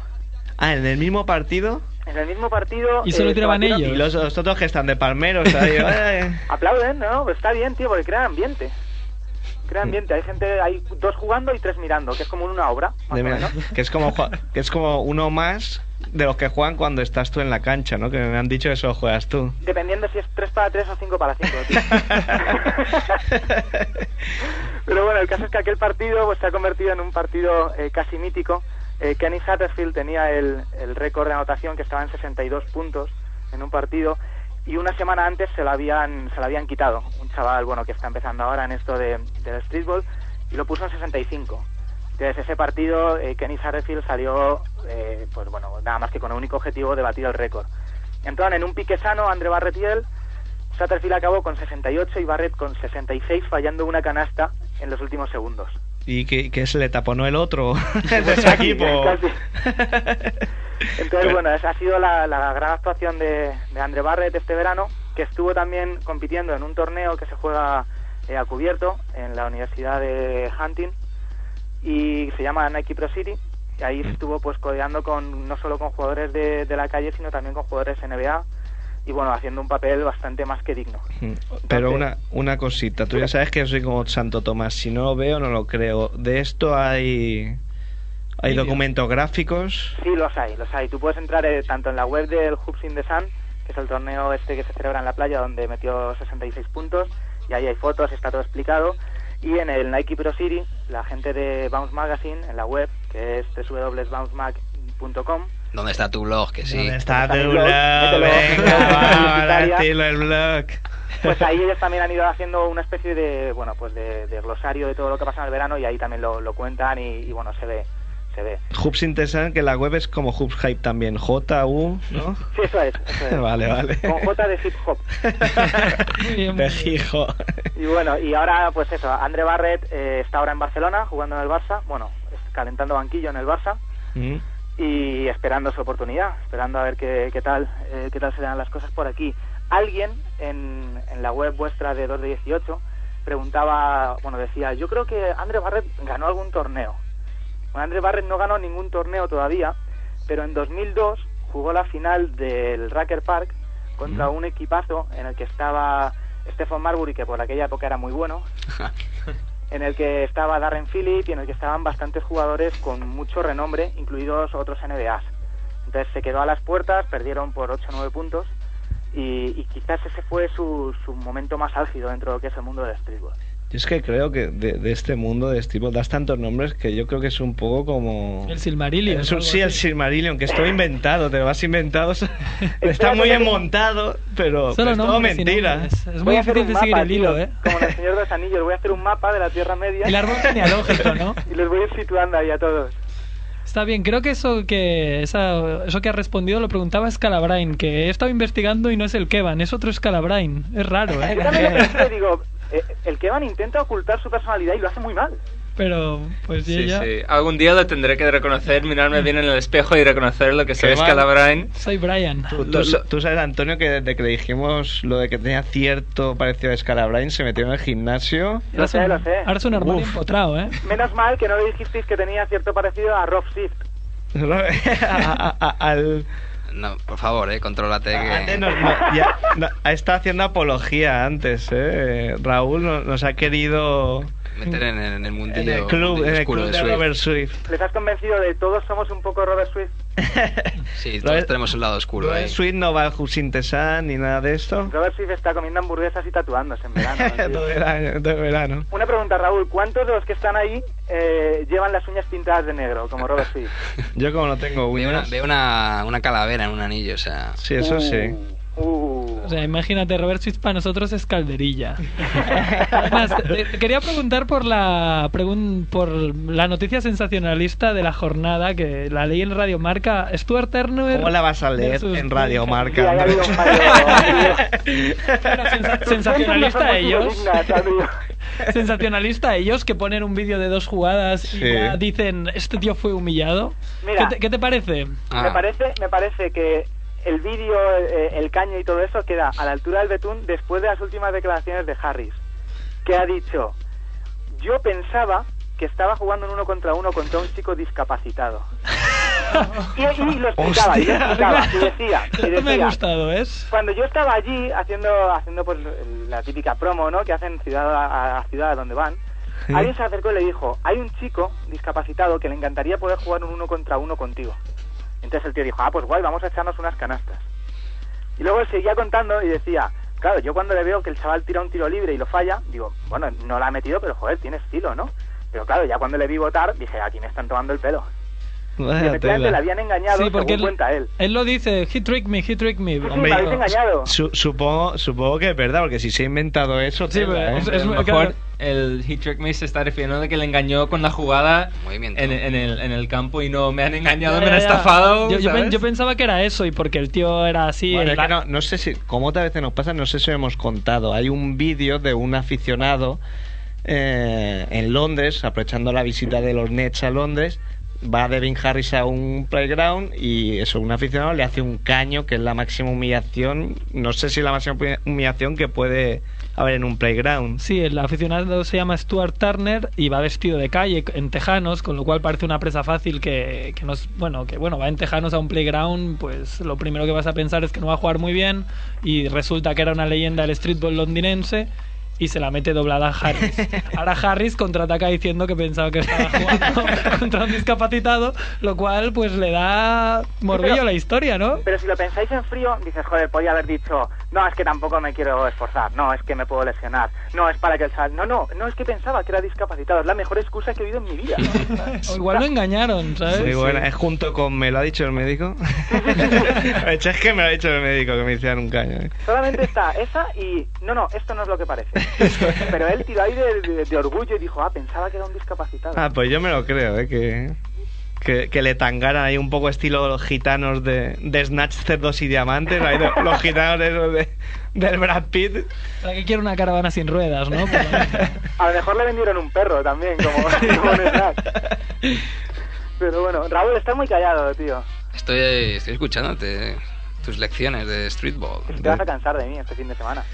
Ah, en el mismo partido. En el mismo partido... Y solo se tiraban batieron- ellos. Y los, los otros que están de palmeros (laughs) ahí. eh. Aplauden, ¿no? Pues está bien, tío, porque crea ambiente. Crea ambiente. Hay gente, hay dos jugando y tres mirando, que es como en una obra. más De o verdad, menos. (laughs) que es como ju- que es como uno más de los que juegan cuando estás tú en la cancha, ¿no? Que me han dicho que solo juegas (laughs) tú. (laughs) Dependiendo si es tres para tres o cinco para cinco, tío. (laughs) Pero bueno, el caso es que aquel partido pues, se ha convertido en un partido eh, casi mítico. Eh, Kenny Satterfield tenía el, el récord de anotación que estaba en 62 puntos en un partido y una semana antes se lo habían, se lo habían quitado. Un chaval bueno que está empezando ahora en esto de, del streetball y lo puso en 65. Desde ese partido, eh, Kenny Satterfield salió, eh, pues bueno, nada más que con el único objetivo de batir el récord. Entraron en un pique sano André Barrett y él, Satterfield acabó con 68 y Barrett con 66 fallando una canasta en los últimos segundos. Y que, que se le taponó el otro (laughs) de su equipo. Casi. Entonces, bueno, esa ha sido la, la gran actuación de, de Andre Barrett este verano, que estuvo también compitiendo en un torneo que se juega eh, a cubierto en la Universidad de Hunting y se llama Nike Pro City. Y ahí estuvo pues codeando con no solo con jugadores de, de la calle, sino también con jugadores NBA y bueno, haciendo un papel bastante más que digno. (laughs) Pero una, una cosita, tú ya sabes que yo soy como Santo Tomás, si no lo veo no lo creo. De esto hay hay Vídeo. documentos gráficos. Sí, los hay, los hay. Tú puedes entrar eh, tanto en la web del Hoops in the Sun, que es el torneo este que se celebra en la playa donde metió 66 puntos, y ahí hay fotos, está todo explicado. Y en el Nike Pro City, la gente de Bounce Magazine, en la web, que es www.bouncemag.com, ¿Dónde está tu blog? Que sí. ¿Dónde está tu Mételo, blog? mételo. (laughs) Venga, vamos a Italia. decirlo el blog. pues ahí ellos también han ido haciendo una especie de, bueno, pues de, de glosario de todo lo que pasa en el verano y ahí también lo, lo cuentan y, y bueno, se ve, se ve. Hoops Interesante, que la web es como Hoops Hype también, J U, ¿no? Sí, eso es. eso (laughs) es. Vale, vale. Con J de hip hop. Muy bien, muy De bien. hijo. (laughs) Y bueno, y ahora pues eso, André Barret eh, está ahora en Barcelona jugando en el Barça, bueno, es- calentando banquillo en el Barça Mm. y esperando su oportunidad, esperando a ver qué, qué tal eh, qué tal se dan las cosas por aquí. Alguien en, en la web vuestra de 2 de 18 preguntaba, bueno, decía, yo creo que André Barret ganó algún torneo. Bueno, André Barret no ganó ningún torneo todavía, pero en 2002 jugó la final del Racker Park contra un equipazo en el que estaba Stephen Marbury, que por aquella época era muy bueno, en el que estaba Darren Phillips y en el que estaban bastantes jugadores con mucho renombre, incluidos otros NBAs. Entonces se quedó a las puertas, perdieron por 8 o 9 puntos y, y quizás ese fue su, su momento más álgido dentro de lo que es el mundo del streetball. Yo es que creo que de, de este mundo, de Steve, Ball, das tantos nombres que yo creo que es un poco como. El Silmarillion. Es un- algo sí, el así. Silmarillion, que es todo inventado, te lo has inventado. (laughs) está muy enmontado, pero Solo es todo nombres y mentira. nombres. Es Voy muy a hacer difícil un de seguir mapa, el hilo, tío, ¿eh? Como en el Señor de los Anillos, voy a hacer un mapa de la Tierra Media El árbol genealógico, (laughs) ¿no? y los voy a ir situando ahí a todos. Está bien, creo que eso que esa- eso que ha respondido lo preguntaba Scalabrine, que he estado investigando y no es el Kevan, es otro Scalabrine. Es raro, Yo también lo ¿eh? pensé, digo, eh, el Kevan intenta ocultar su personalidad y lo hace muy mal. (laughs) Pero, pues ya- Sí, ya. sí. Algún día lo tendré que reconocer, mirarme bien en el espejo y reconocer lo que soy Qué mal. Scalabrine. Soy Brian. Tú, tú- Lo- lo- tú sabes, Antonio, que desde que le dijimos lo de que tenía cierto parecido a Scalabrine, se metió en el gimnasio. Lo Ahora es sé, un- lo sé. Ahora es un armario Uf. empotrado, ¿eh? Menos mal que no le dijisteis que tenía cierto parecido a Rob Shift. (laughs) A- a- a- al, No, por favor, eh, contrólate. Antes Que... nos- no, ya- no, ha estado haciendo apología antes, ¿eh? Raúl no- nos, ha querido meter en, en el en mundillo, el club, mundillo en el oscuro club de de Swift. Robert Swift. Les has convencido de todos somos un poco Robert Swift. Sí, todos Robert- tenemos un lado oscuro Robert ahí. Swift no va al Sintesan ni nada de (laughs) esto. Robert Swift está comiendo hamburguesas y tatuándose (laughs) en verano. Todo tío. el año, todo el verano. Una pregunta, Raúl. ¿Cuántos de los que están ahí eh, llevan las uñas pintadas de negro, como Robert Swift? Yo como no tengo Veo, una, uñas. veo una, una calavera en un anillo, o sea. Sí, (laughs) eso sí. Uh. O sea, imagínate, Robert Swift para nosotros es (laughs) calderilla. Además, te- te quería preguntar por la, pregun- por la noticia sensacionalista de la jornada que la leí en Radio Marca. Stuart Turner. ¿Cómo la vas a leer versus en Radio Duncan. Sí, Marca? ahí ha habido (laughs) (laughs) un fallo. Bueno, sensa- Tus sensacionalista fuentes no son muy ellos. (laughs) dignas, amigo. Sensacionalista ellos que ponen un vídeo de dos jugadas Sí. y ya dicen, este tío fue humillado. Mira. ¿Qué, te, qué te parece? Ah, Me parece, me parece que el vídeo, eh, el caño y todo eso queda a la altura del betún después de las últimas declaraciones de Harris, que ha dicho, yo pensaba que estaba jugando en uno contra uno contra un chico discapacitado. Y, y lo explicaba, y (laughs) lo explicaba, y decía, y Esto me ha decía, gustado, ¿es? cuando yo estaba allí haciendo haciendo pues la típica promo no que hacen ciudad a, a ciudad a donde van Sí. alguien se acercó y le dijo hay un chico discapacitado que le encantaría poder jugar un uno contra uno contigo entonces el tío dijo ah pues guay vamos a echarnos unas canastas y luego él seguía contando y decía claro yo cuando le veo que el chaval tira un tiro libre y lo falla digo bueno no la ha metido pero joder tiene estilo no pero claro ya cuando le vi votar dije "Ah, aquí me están tomando el pelo y Vaya efectivamente le tela. habían engañado según él, cuenta él él lo dice, he tricked me, he tricked me. Sí, sí, Hombre, me habéis engañado. Su- supongo, supongo que es verdad, porque si se ha inventado eso, Sí, tela, pues, pero ¿eh? es- A lo muy- mejor claro. el He Trick Me se está refiriendo de que le engañó con la jugada Movimiento. en, en el, en el campo y no me han engañado, Ya, me han ya, ya. estafado. Yo, yo pen- ¿sabes? yo pensaba que era eso y porque el tío era así. Bueno, es la- que no, no sé si, como otras veces nos pasa, no sé si lo hemos contado. Hay un vídeo de un aficionado eh, en Londres, aprovechando la visita de los Nets a Londres, va Devin Harris a un playground y eso, un aficionado le hace un caño, que es la máxima humillación, no sé si la máxima humillación que puede haber en un playground. Sí, el aficionado se llama Stuart Turner y va vestido de calle en tejanos, con lo cual parece una presa fácil que, que no es- bueno, que bueno, va en tejanos a un playground, pues lo primero que vas a pensar es que no va a jugar muy bien y resulta que era una leyenda del streetball londinense y se la mete doblada a Harris. Ahora Harris contraataca diciendo que pensaba que estaba jugando contra un discapacitado, lo cual pues le da morbillo a la historia, (laughs) ¿no? Pero si lo pensáis en frío, dices, joder, podía haber dicho, no, es que tampoco me quiero esforzar, no, es que me puedo lesionar, no, es para que el sal... No, no, no, es que pensaba que era discapacitado, es la mejor excusa que he oído en mi (laughs) vida. O igual lo engañaron, ¿sabes? Muy buena, es junto con me lo ha dicho el médico. (laughs) De hecho, es que me lo ha dicho el médico que me hicieron un caño. ¿eh? Solamente está esa y, no, no, esto no es lo (laughs) que parece. Pero él tiró ahí de, de- de orgullo y dijo, ah, pensaba que era un discapacitado. Ah, pues yo me lo creo, ¿eh? que, que, que le tangaran ahí un poco estilo los gitanos de, de Snatch, Cerdos y Diamantes, ahí lo- los, gitanos de, esos de- del Brad Pitt. ¿Para qué quiere una caravana sin ruedas, no? Por lo menos. A lo mejor le vendieron un perro también, como, (laughs) (laughs) como un snack. Pero bueno, Raúl, estás muy callado, tío. Estoy, estoy escuchándote eh, tus lecciones de streetball. Te vas a cansar de mí este fin de semana.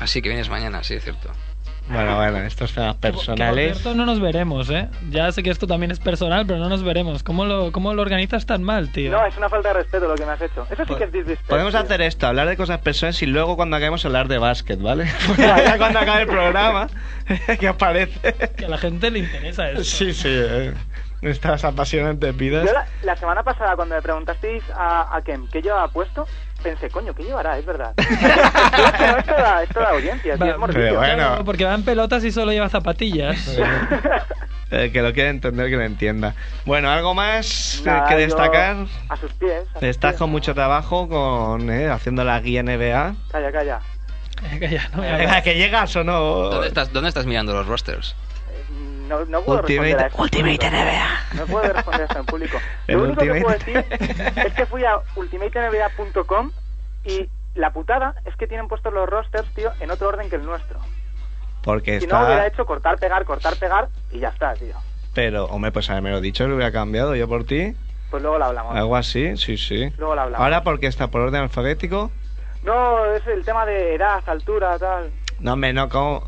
Así que vienes mañana, sí, es cierto. Bueno, bueno, estos temas Que por- que por personales. cierto, no nos veremos, ¿eh? Ya sé que esto también es personal, pero no nos veremos. ¿Cómo lo, cómo lo organizas tan mal, tío? No, es una falta de respeto lo que me has hecho. Eso sí que es disrespect. Podemos tío. hacer esto, hablar de cosas personales y luego cuando acabemos hablar de básquet, ¿vale? (laughs) Porque ya cuando (laughs) acabe el programa, que aparece. Que a la gente le interesa eso. Sí, sí. eh. Estas apasionantes vidas. Yo la, la semana pasada cuando me preguntasteis a, a Kem qué llevaba puesto, pensé, coño, ¿qué llevará? Es (laughs) verdad. Pero esto da, esto da audiencia, tío, Va- es morbillo. pero bueno. Claro, porque va en pelotas y solo lleva (laughs) zapatillas. El Eh, que lo quiera entender, que lo entienda. Bueno, ¿algo más eh, Nada, que yo- destacar? A sus pies. a sus Estás pies. con mucho trabajo, con eh, haciendo la guía NBA. Calla, calla. Calla, no me hagas. ¿A que llegas o no? ¿Dónde estás, ¿Dónde estás mirando los rosters? Eh, No, no puedo Ultimate- responder a esto en público. No puedo responder esto en público. (laughs) El Lo único que puedo Ultimate. decir es que fui a ultimatenba.com y la putada es que tienen puestos los rosters, tío, en otro orden que el nuestro. Porque Si no, hubiera está. hecho cortar, pegar, cortar, pegar y ya está, tío. Pero, hombre, pues haberme lo dicho, lo hubiera cambiado yo por ti. Pues luego lo hablamos. Algo así, sí, sí. Luego lo hablamos. Ahora, porque está por orden alfabético. No, es el tema de edad, altura, tal. No, hombre, no, como.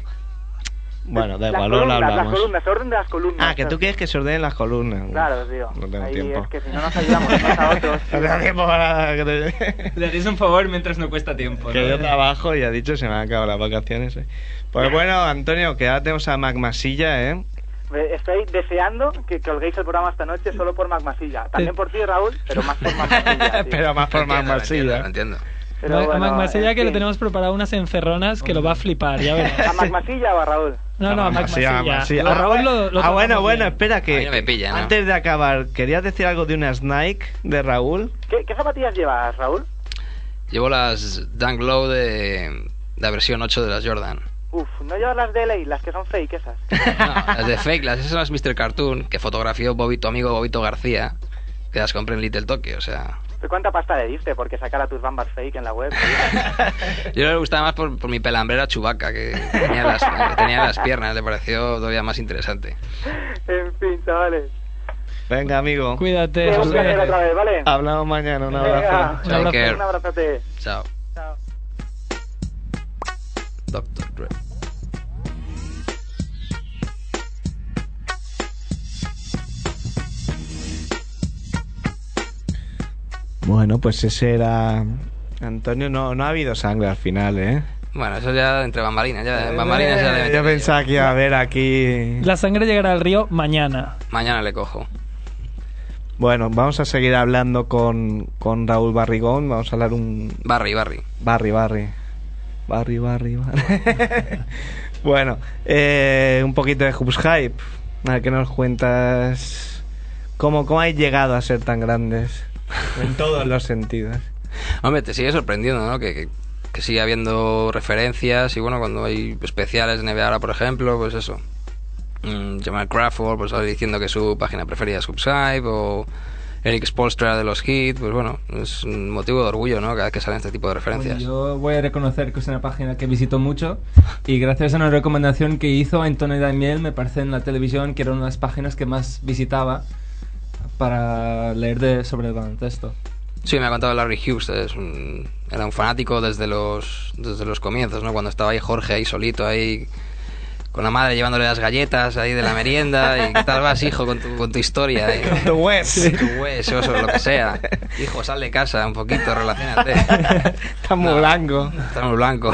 Bueno, da Las igual, luego lo columnas, Las hablamos. columnas, orden de las columnas. Ah, que tú quieres que se ordenen las columnas. Claro, tío. No tengo Ahí tiempo. es que si no nos ayudamos unos a (laughs) otros. No tengo tiempo para que te- Le haréis un favor mientras no cuesta tiempo. Que ¿no? yo trabajo y ha dicho se me han acabado las vacaciones. eh. Pues bueno, Antonio, que ahora tenemos a Magmasilla, ¿eh? Me- Estoy deseando que colguéis el programa esta noche solo por Magmasilla. También Te- por ti, Raúl, pero más por Magmasilla. (laughs) tío. Pero más por No entiendo, no entiendo, Magmasilla. no entiendo. Pero Ma- a bueno, Mac Masella en que le fin. tenemos preparado unas encerronas que lo va a flipar, ya ¿A verás. Magmasilla o a Raúl? No, no, a Mac Magmasilla, Masella. Magmasilla. A Raúl lo, lo Ah, bueno, tratamos bueno, bien. espera que... A mí no me pilla, ¿no? Antes de acabar, ¿querías decir algo de unas Nike de Raúl? ¿Qué, qué zapatillas llevas, Raúl? Llevo las Dunk Low de la versión 8 de las Jordan. Uf, no llevas las de LA, las que son fake esas. No, las de Fake, las esas son las Mr. Cartoon que fotografió Bobby, tu amigo Bobito García, que las compré en Little Tokyo, o sea... ¿Pero ¿Cuánta pasta le diste porque sacara tus bambas fake en la web? (laughs) tío? Yo le gustaba más por, por mi pelambrera chubaca que tenía en las, que tenía en las piernas, le pareció todavía más interesante. en fin, chavales. Venga, amigo. Cuídate. Eh, un placer cuídate. otra vez, ¿vale? Hablamos mañana, un abrazo. Venga, Chao, abrazo. Iker. Un abrazote. Chao. Chao. Dr. Dre. Bueno, pues ese era... Antonio, no, no ha habido sangre al final, ¿eh? Bueno, eso ya entre bambalinas, ya, en bambalinas ya le Eh, meto Yo pensaba que iba a haber aquí... La sangre llegará al río mañana. Mañana le cojo. Bueno, vamos a seguir hablando con, con Raúl Barrigón. Vamos a hablar un, Barry, Barry. Barry, Barry. Barry, Barry, (laughs) Barry. bueno, eh, un poquito de Hoops Hype. A ver qué nos cuentas. ¿Cómo, ¿Cómo has llegado a ser tan grandes? (laughs) En todos los sentidos. Hombre, te sigue sorprendiendo, ¿no? Que, que, que sigue habiendo referencias y bueno, cuando hay especiales de NBA ahora, por ejemplo, pues eso. Mm, Jamal Crawford, pues ahora diciendo que su página preferida es Hubside o Eric Spolstra de los Heat, pues bueno, es un motivo de orgullo, ¿no? Cada vez que salen este tipo de referencias. Bueno, Pues yo voy a reconocer que es una página que visito mucho y gracias a una recomendación que hizo Antonio Daniel, me parece en la televisión que era una de las páginas que más visitaba para leer de, sobre el baloncesto. Sí, me ha contado Larry Hughes, es un- era un fanático desde los, desde los comienzos, ¿no? Cuando estaba ahí Jorge ahí solito, ahí con la madre llevándole las galletas ahí de la merienda y qué tal vas, hijo, con tu, (laughs) con tu historia. eh. Y- The (laughs) West. tu hueso o lo que sea. Hijo, sal de casa un poquito, relacionate. Está muy No. blanco. Está muy blanco.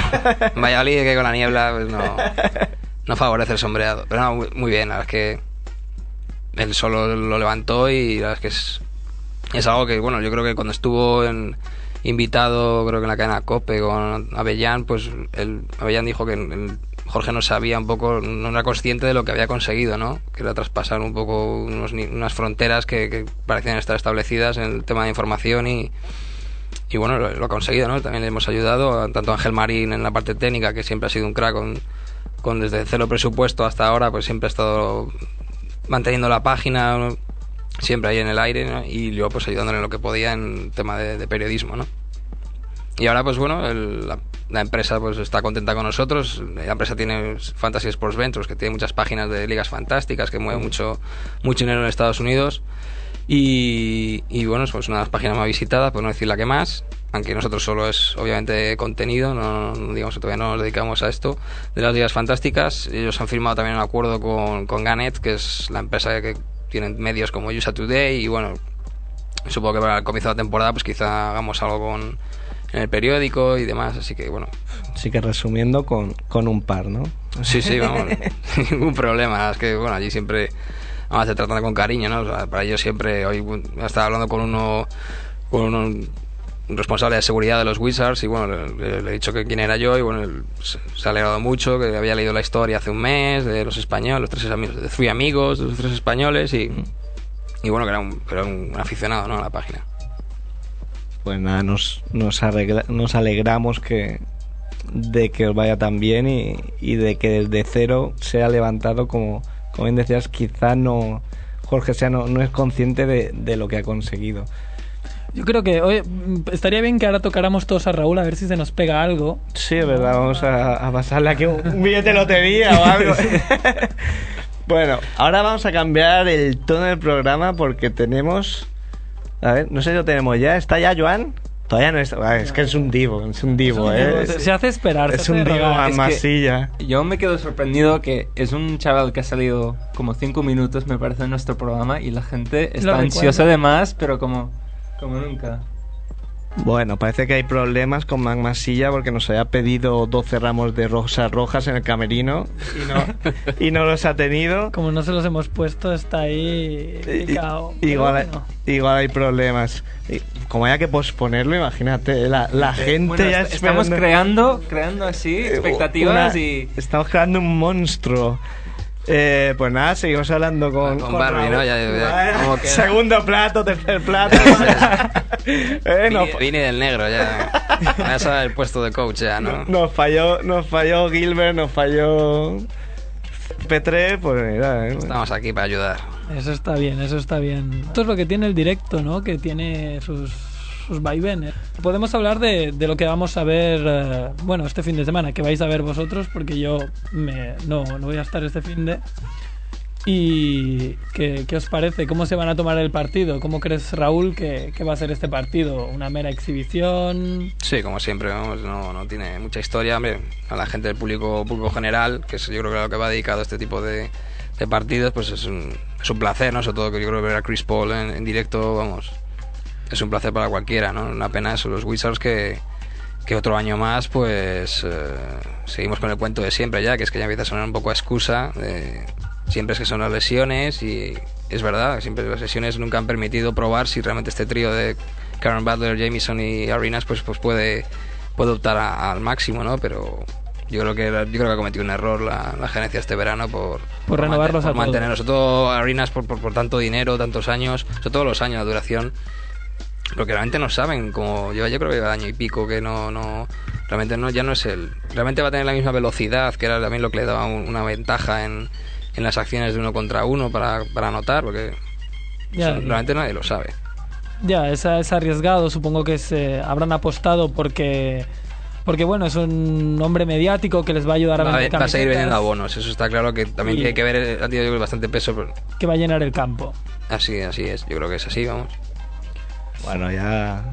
En Valladolid, que con la niebla pues no, no favorece el sombreado. Pero no, muy- muy bien, la verdad es que él solo lo levantó y la verdad es que es, es algo que, bueno, yo creo que cuando estuvo en- invitado, creo que en la cadena COPE con Avellán, pues él, Avellán dijo que el- Jorge no sabía un poco, no era consciente de lo que había conseguido, ¿no? Que era traspasar un poco unos ni- unas fronteras que, que parecían estar establecidas en el tema de información y, y bueno, lo, lo ha conseguido, ¿no? También le hemos ayudado, a- tanto a Ángel Marín en la parte técnica, que siempre ha sido un crack con, con desde cero presupuesto hasta ahora, pues siempre ha estado manteniendo la página, ¿no? siempre ahí en el aire, ¿no? Y yo pues ayudándole en lo que podía en tema de, de periodismo, ¿no? Y ahora, pues bueno, el- la, la empresa pues está contenta con nosotros. La empresa tiene Fantasy Sports Ventures, que tiene muchas páginas de ligas fantásticas, que mueve mucho, mucho dinero en Estados Unidos. Y, y bueno, es pues una de las páginas más visitadas, por no decir la que más. Aunque nosotros solo es obviamente contenido, no, no- digamos que todavía no nos dedicamos a esto de las ligas fantásticas. Ellos han firmado también un acuerdo con, con Gannett, que es la empresa que tienen medios como USA Today y bueno, supongo que para el comienzo de la temporada pues quizá hagamos algo con en el periódico y demás así que bueno Así que resumiendo con, con un par, ¿no? (laughs) sí sí vamos ningún problema es que bueno allí siempre además te tratan con cariño, ¿no? O sea, para ellos siempre, hoy bueno, estaba hablando con uno, con uno- un responsable de seguridad de los Wizards y bueno, le, le- le he dicho que quién era yo y bueno, él se, se ha alegrado mucho, que había leído la historia hace un mes de los españoles, los tres amigos, de Three amigos, de los tres españoles y, y bueno, que era un, que era un aficionado, ¿no? A la página. Pues nada, nos, nos, arregla- nos alegramos que de que os vaya tan bien y, y de que desde cero sea levantado como, como bien decías, quizá no Jorge sea no, no es consciente de, de lo que ha conseguido. Yo creo que oye, mm, estaría bien que ahora tocáramos todos a Raúl a ver si se nos pega algo. Sí, es verdad, vamos a, a pasarle aquí un un billete de lotería (laughs) o algo. bueno, ahora vamos a cambiar el tono del programa porque tenemos... A ver, no sé si lo tenemos ya. ¿Está ya Joan? Todavía no está. Ah, Es que es un divo, es un divo, ¿eh? se, se hace esperar. se Es hace un divo rogar. a es que- masilla. Yo me quedo sorprendido que es un chaval que ha salido como cinco minutos, me parece, en nuestro programa y la gente está recuerda. ansiosa de más, pero como, como nunca. Bueno, parece que hay problemas con Magma Silla porque nos había pedido 12 ramos de rosas rojas en el camerino y no, (laughs) y no los ha tenido. Como no se los hemos puesto, está ahí Y- picado. y- igual, hay, Pero bueno. igual hay problemas. Y como haya que posponerlo, imagínate, la, la gente Eh, Bueno, ya est- estamos esperando- creando, creando así eh, expectativas una- y... Estamos creando un monstruo. Eh, pues nada, seguimos hablando con... Con Barbie, ¿no? Ya- ya- ya- (laughs) ¿cómo queda? Segundo plato, tercer plato. (laughs) Eh, no, Vini, Vini del negro, ya. Ya sabe el puesto de coach, ya, ¿no? Nos falló, nos falló Gilbert, nos falló Petre, pues mira, eh, Estamos aquí para ayudar. Eso está bien, eso está bien. Esto es lo que tiene el directo, ¿no? Que tiene sus, sus vaivenes. Podemos hablar de, de lo que vamos a ver, eh, bueno, este fin de semana, que vais a ver vosotros, porque yo me, no, no voy a estar este fin de... ¿Y ¿qué, qué os parece? ¿Cómo se van a tomar el partido? ¿Cómo crees, Raúl, que, que va a ser este partido? ¿Una mera exhibición? Sí, como siempre, vamos, no, no tiene mucha historia. Hombre, a la gente del público, público general, que es, yo creo que a lo que va dedicado a este tipo de, de partidos, pues es un, es un placer, ¿no? Sobre todo que yo creo que ver a Chris Paul en, en directo, vamos, es un placer para cualquiera, ¿no? Una pena eso, los Wizards que, que otro año más, pues eh, seguimos con el cuento de siempre ya, que es que ya empieza a sonar un poco a excusa. eh, siempre es que son las lesiones y es verdad, siempre las lesiones nunca han permitido probar si realmente este trío de Karen Butler, Jamison y Arenas pues, pues puede, puede optar a- al máximo, ¿no? Pero yo creo que yo creo que ha cometido un error la, la gerencia este verano por, Por renovarlos manten- por a todos. mantenerlos, sobre todo Arenas por, por, por tanto dinero, tantos años, sobre todo los años, la duración porque realmente no saben como yo, yo creo que lleva año y pico que no no realmente no ya no es el realmente va a tener la misma velocidad que era también lo que le daba un- una ventaja en, en las acciones de uno contra uno para, para anotar porque Ya, eso realmente nadie lo sabe Ya, es, es arriesgado, supongo que se habrán apostado porque, porque bueno, es un hombre mediático que les va a ayudar a va, a- vender va a seguir camisetas, vendiendo abonos eso está claro que también Y- hay que ver el- ha tenido yo creo, bastante peso pero Que va a llenar el campo. así así es yo creo que es así vamos bueno, ya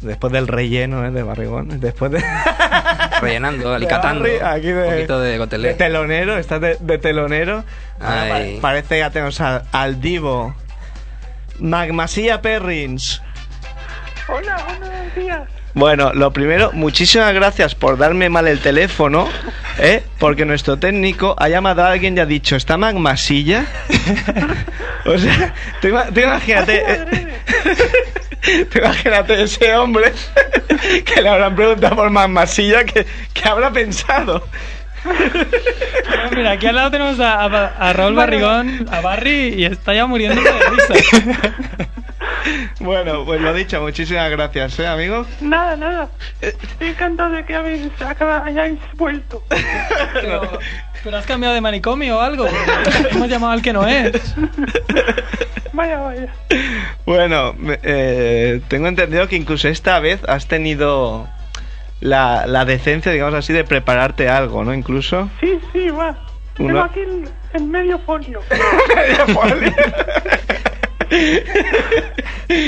después del relleno eh, de Barrigón, después de... (laughs) rellenando alicatando Barri- aquí de- un poquito de gotelé de telonero, estás de, de telonero. Ahora pa- Ay. parece que ya tenemos al, al divo. Magmasilla Perrins. Hola, buenos días. Bueno, lo primero, muchísimas gracias por darme mal el (laughs) teléfono, ¿eh? porque nuestro técnico ha llamado a alguien y ha dicho, ¿está Magmasilla? (laughs) o sea, tú, ima- tú imagínate... eh, (laughs) tú imagínate ese hombre (laughs) que le habrán preguntado por Magmasilla, que, que habrá pensado. Mira, aquí al lado tenemos a, a- a Raúl Barrigón, a Barry, y está ya muriendo de risa. Bueno, pues lo dicho, muchísimas gracias, ¿eh, amigo? Nada, nada. Estoy encantado de que habéis, acaba- hayáis vuelto. Pero, pero has cambiado de manicomio o algo. porque Hemos llamado al que no es. Vaya, vaya. Bueno, me- eh, tengo entendido que incluso esta vez has tenido la, la decencia, digamos así, de prepararte algo, ¿no? Incluso. Sí, sí, va. Tengo Una- aquí el, el medio (laughs) folio.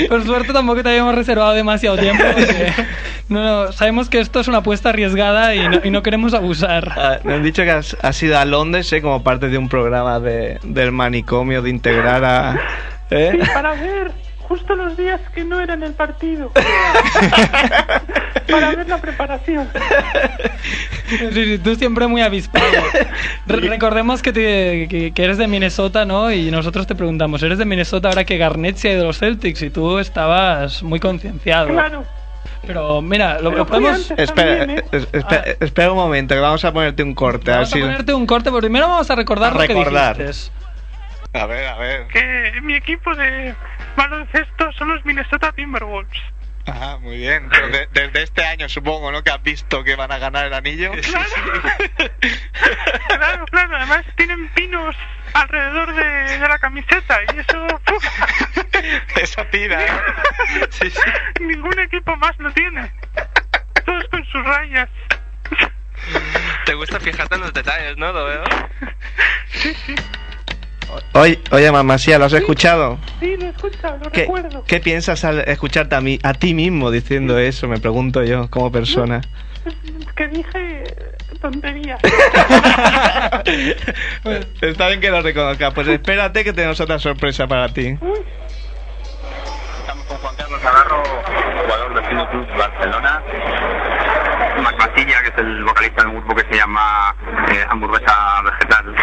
Por suerte tampoco te habíamos reservado demasiado tiempo. porque no, no, sabemos que esto es una apuesta arriesgada y no, y no queremos abusar. Ah, Me han dicho que has, has ido a Londres, ¿eh? Como parte de un programa de, del manicomio, de integrar a... ¿eh? Para ver ju- justo los días que no eran el partido. para ver la preparación. Sí, sí, tú siempre muy (laughs) avispado. Re- recordemos que, te- que- que eres de Minnesota, ¿no? Y nosotros te preguntamos, ¿eres de Minnesota ahora que Garnett se ha ido de los Celtics? Y tú estabas muy concienciado. Claro. Pero mira, lo Pero que fui podemos... antes. Espera, También, ¿eh? es- espera, espera un momento, que vamos a ponerte un corte. a ver Vamos a si- ponerte un corte, pero primero vamos a recordar A lo que recordar. dijiste. A ver, a ver. que mi equipo de baloncesto son los Minnesota Timberwolves. Ajá, muy bien. Pero de- desde este año supongo, ¿no? Que has visto que van a ganar el anillo. Claro, claro, además tienen pinos alrededor de, de la camiseta y eso... ¡puf! (laughs) Esa tira. ¿eh? Sí, sí. Ningún equipo más lo tiene. Todos con sus rayas. Te gusta fijarte en los detalles, ¿no? Lo veo. Ah. Oye, oye Mamasía, ¿lo has escuchado? Sí, lo escucha, lo ¿Qué, recuerdo. qué piensas al escucharte a, mí, a ti mismo diciendo eso? Me pregunto yo, como persona. Que dije tonterías. Pues, Está bien que lo reconozcas. Pues espérate que tenemos otra sorpresa para ti. Estamos con Juan Carlos Navarro, jugador del Fútbol Club Barcelona. Mac Basilla, que es el vocalista de un grupo que se llama eh, Hamburguesa Vegetal.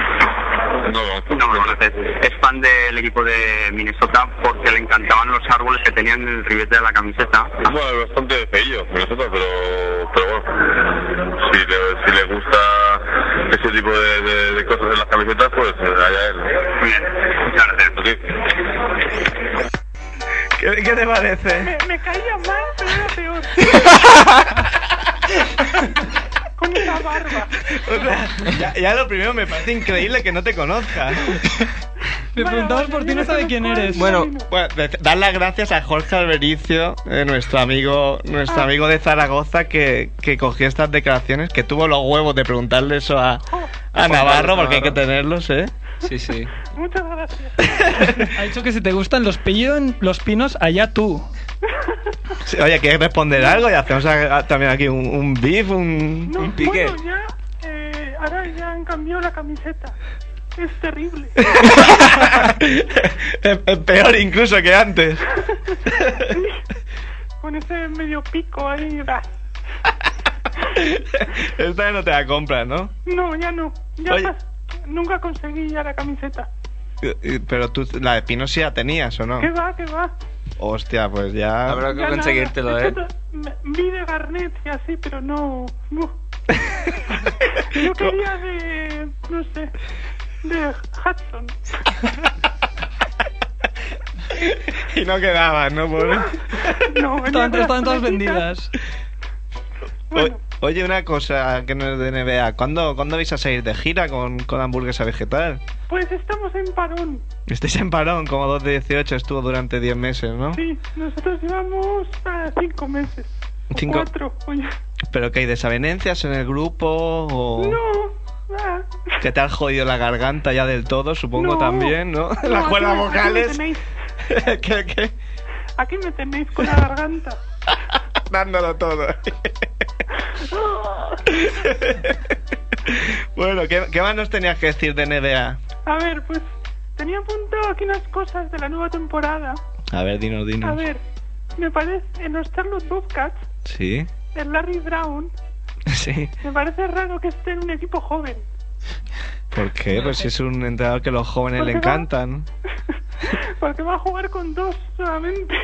No, no lo conoces. Es fan del equipo de Minnesota porque le encantaban los árboles que tenían en el ribete de la camiseta. Bueno, es bastante feillo, Minnesota, pero, pero bueno, si le, si le gusta ese tipo de, de- de cosas en las camisetas, pues eh, allá él. Muy bien, muchas gracias. Sí. ¿Qué, qué te parece? Me, me caía mal, pero era peor. Con esa barba. O sea, ya, ya lo primero me parece increíble que no te conozcas. (laughs) Le preguntamos por ti, no sabe quién eres. Bueno, bueno, de- dar las gracias a Jorge Albericio, eh, nuestro amigo, Ah. nuestro amigo de Zaragoza, que, que cogió estas declaraciones, que tuvo los huevos de preguntarle eso a, a Navarro, porque hay que tenerlos, ¿eh? Sí, sí. Muchas gracias. ha dicho que si te gustan los, pillo- los pinos, allá tú. Sí, Oye, ¿quieres responder algo? Y hacemos a- a- también aquí un, un beef, un... No, Un piqué. Bueno, ya, eh, ahora ya han cambiado la camiseta. Es terrible. (laughs) Es- es Peor incluso que antes. Con ese medio pico ahí. bah. Esta vez no te la compras, ¿no? No, ya no. Ya Oye. pas- Nunca conseguí ya la camiseta. Y- y- Pero tú, la de Pino sí la tenías, ¿o no? ¿Qué va? ¿Qué va? Hostia, pues ya... Habrá que Ya nada. conseguírtelo, Es ¿eh? que me- Vi de Garnet y así, pero no. (laughs) no. Yo quería de. No sé. De (laughs) Hudson. (laughs) y no quedabas, ¿no? Pobre? No, venía con Están, las están orejitas. todas vendidas. Bueno, O- Oye, una cosa que no es de NBA. ¿Cuándo, ¿cuándo vais a salir de gira con, con hamburguesa vegetal? pues estamos en parón. Estáis en parón, como 2 de 18 estuvo durante 10 meses, ¿no? Sí, nosotros llevamos ah, cinco meses. O Cinco. Cuatro. Oye. ¿Pero que hay desavenencias en el grupo? ¿O No. ah, que te has jodido la garganta ya del todo? Supongo No. también, ¿no? (laughs) no, Las aquí cuerdas me- aquí me vocales. tenéis- (laughs) ¿Qué, qué? Aquí me tenéis con la garganta. (laughs) Dándolo todo. bueno, ¿qué, ¿qué más nos tenías que decir de NBA? A ver, pues tenía apuntado aquí unas cosas de la nueva temporada. A ver, dinos, dinos. A ver, me parece, en los Charlotte Bobcats, Sí, el Larry Brown, (laughs) sí. me parece raro que esté en un equipo joven. ¿Por qué? Pues si es un entrenador que a los jóvenes le Porque va- encantan. Porque va a jugar con dos (laughs) solamente.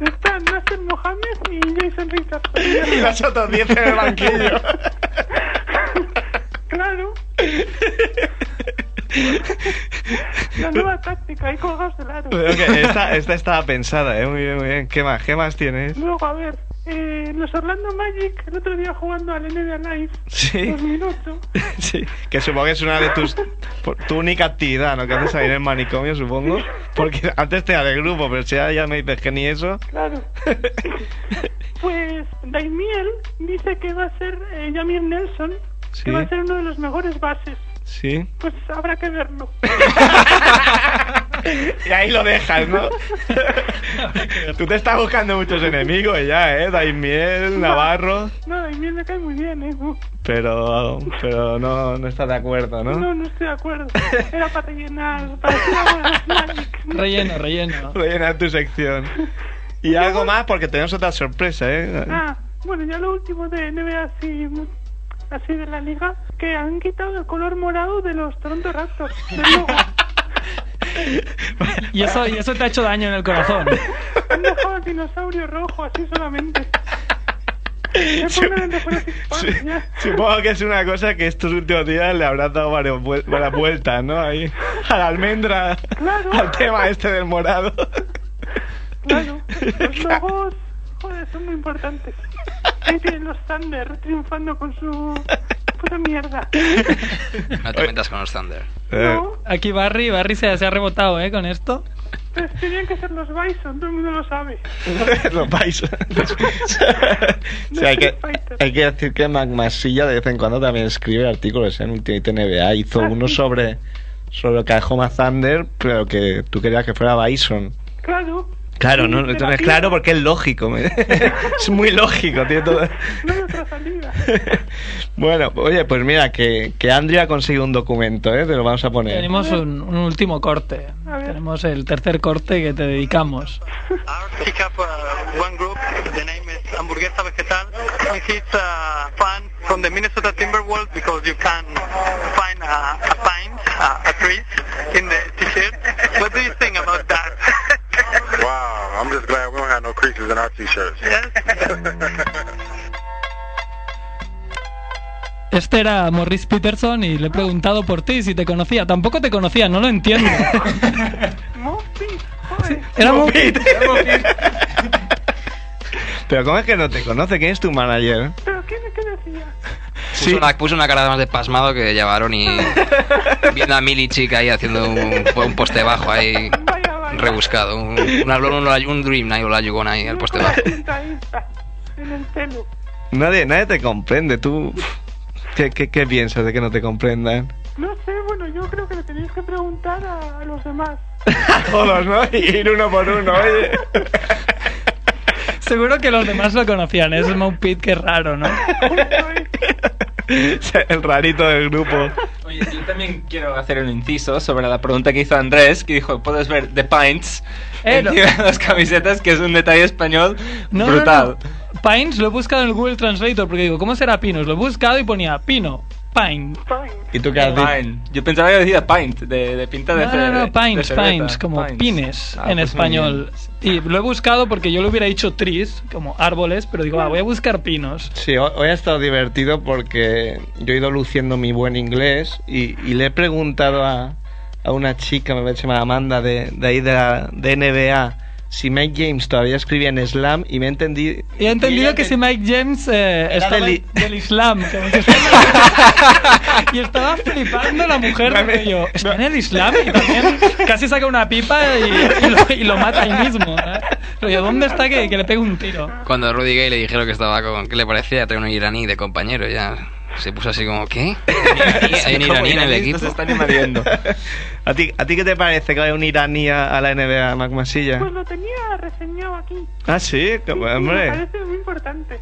Están Nasser Mohamed y Jason Y Richardson. las otras 10 en el (laughs) banquillo. (laughs) Claro, la nueva táctica, ahí colgados del aro. Veo que esta, esta estaba pensada, ¿eh? Muy bien, muy bien. ¿Qué más? ¿Qué más tienes? Luego, a ver, eh, los Orlando Magic, el otro día jugando al NBA Live Sí, 2008, sí. Que supongo que es una de tus... por- Tu única actividad, ¿no? Que haces ahí en el manicomio, supongo. Porque antes te era del grupo, pero si ahora ya me dices que ni eso... (laughs) claro. Pues Daimiel dice que va a ser eh, Yamir Nelson, Sí, que va a ser uno de los mejores bases. sí. Pues habrá que verlo. Y ahí lo dejas, ¿no? Tú te estás buscando muchos enemigos ya, ¿eh? Daimiel, Navarro... No, Daimiel me cae muy bien, ¿eh? Uh, Pero, pero no, no está de acuerdo, ¿no? No, no estoy de acuerdo. Era para rellenar, para hacer algo de los Magic. (laughs) Relleno, relleno. Rellenar tu sección. Y algo más porque tenemos otra sorpresa, ¿eh? Ah, bueno, ya lo último de NBA así, así de la liga, que han quitado el color morado de los Toronto (laughs) Raptors. del logo. Y eso, y eso te ha hecho daño en el corazón. han dejado el dinosaurio rojo así solamente. (laughs) Se ponen de fuera Jurassic Park, ya. Supongo que es una cosa que estos últimos días le habrán dado varias, vuel- varias vueltas, ¿no? Ahí, a la almendra, Claro. al tema este del morado. Claro, los logos joder, son muy importantes. Ahí tienen los Thunder triunfando con su puta mierda. No (laughs) te metas con los Thunder. Eh. No, Aquí Barry, Barry se, se ha rebotado, ¿eh? Con esto. pero pues tenían que ser los Bison, todo el mundo lo sabe. (laughs) Los países. O sea, hay, que, hay que decir que Mac Masilla de vez en cuando también escribe artículos en Ultimate NBA. Hizo Ah, uno sobre, sobre Oklahoma Thunder, pero que tú querías que fuera Bison. Claro, Claro, no, no es claro porque es (laughs) lógico. (laughs) es muy lógico, tiene todo. no hay otra salida. Bueno, oye, pues mira, que, que Andrea ha conseguido un documento, ¿eh? Te lo vamos a poner. (laughs) Tenemos un, un último corte. Tenemos el tercer corte que te dedicamos. pick up uh, one group. The name is Hamburguesa Vegetal, and he's a fan from the Minnesota Timberwolves because you can find a, a pine, a, a tree in the t-shirt. What do you think about that? Wow, I'm just glad we don't have no creases in our t-shirts. Este era Morris Peterson y le he preguntado por ti si te conocía. Tampoco te conocía, no lo entiendo. Era Mopit. Pero ¿cómo es que no te conoce? ¿Quién es tu manager? Pero ¿qué, qué decía? Puso, una, puso una cara más de pasmado que llevaron y viendo a Mili chica ahí haciendo un, un poste bajo ahí rebuscado. Un, un, un, un dream ahí, o la yugona ahí al poste bajo. En el pelo. Nadie, nadie te comprende, tú. ¿Qué, qué, qué piensas de que no te comprendan? No sé, bueno, yo creo que le tenéis que preguntar a, a los demás. Todos, ¿no? Y ir uno por uno, oye. (laughs) (laughs) Seguro que los demás lo conocían. Es Mopit, qué raro, ¿no? El rarito del grupo. Oye, yo también quiero hacer un inciso sobre la pregunta que hizo Andrés, que dijo, puedes ver The Pints Eh, en no. (laughs) las camisetas, que es un detalle español No, no, brutal. no. Pines lo he buscado en el Google Translator porque digo, ¿cómo será Pinos? Lo he buscado y ponía Pino. Pine. ¿Y tú qué Pine. Yo pensaba que decía pint, de, de pinta de No, ce- no, no, de pines, cerveza. pines, como Pints. pines Ah, en pues muy (laughs) español. Y lo he buscado porque yo lo hubiera dicho tris, como árboles, pero digo, "Va, voy a buscar pinos. Sí, ho- hoy ha estado divertido porque yo he ido luciendo mi buen inglés y, y le he preguntado a, a una chica, me parece que se llama Amanda, de, de ahí de, la- de NBA, si Mike James todavía escribía en slam y me entendí. Y he entendido que si Mike James eh, Era estaba del i- en- del Islam. como (laughs) que estaba- y estaba flipando la mujer porque yo, está en el Islam y también casi saca una pipa y, y lo, y lo mata ahí mismo. ¿eh? Pero yo, ¿dónde está que, que le pegue un tiro? Cuando a Rudy Gay le dijeron que estaba con. ¿Qué le parecía? Tenía un iraní de compañero ya. Se puso así como, ¿qué? ¿Hay un como iraní en el iraníes equipo? nos están (laughs) ¿A ti, ¿A ti qué te parece que hay un iraní a, a la NBA, Mac Masilla? Pues lo tenía reseñado aquí. Ah, sí, que- Y me hombre. parece muy importante.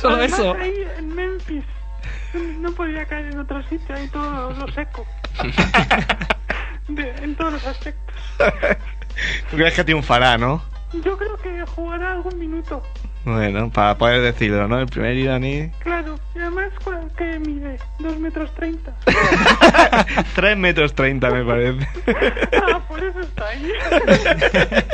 Solo Además, eso. ahí en Memphis. No podía caer en otro sitio, ahí todo lo seco. De- en todos los aspectos. (laughs) Tú crees que triunfará, ¿no? Yo creo que jugará algún minuto. Bueno, para poder decirlo, ¿no? El primer iraní. (laughs) Claro, y además cua- que mide 2 metros 30. 3 metros 30, me parece. Ah, por eso está ahí. (laughs)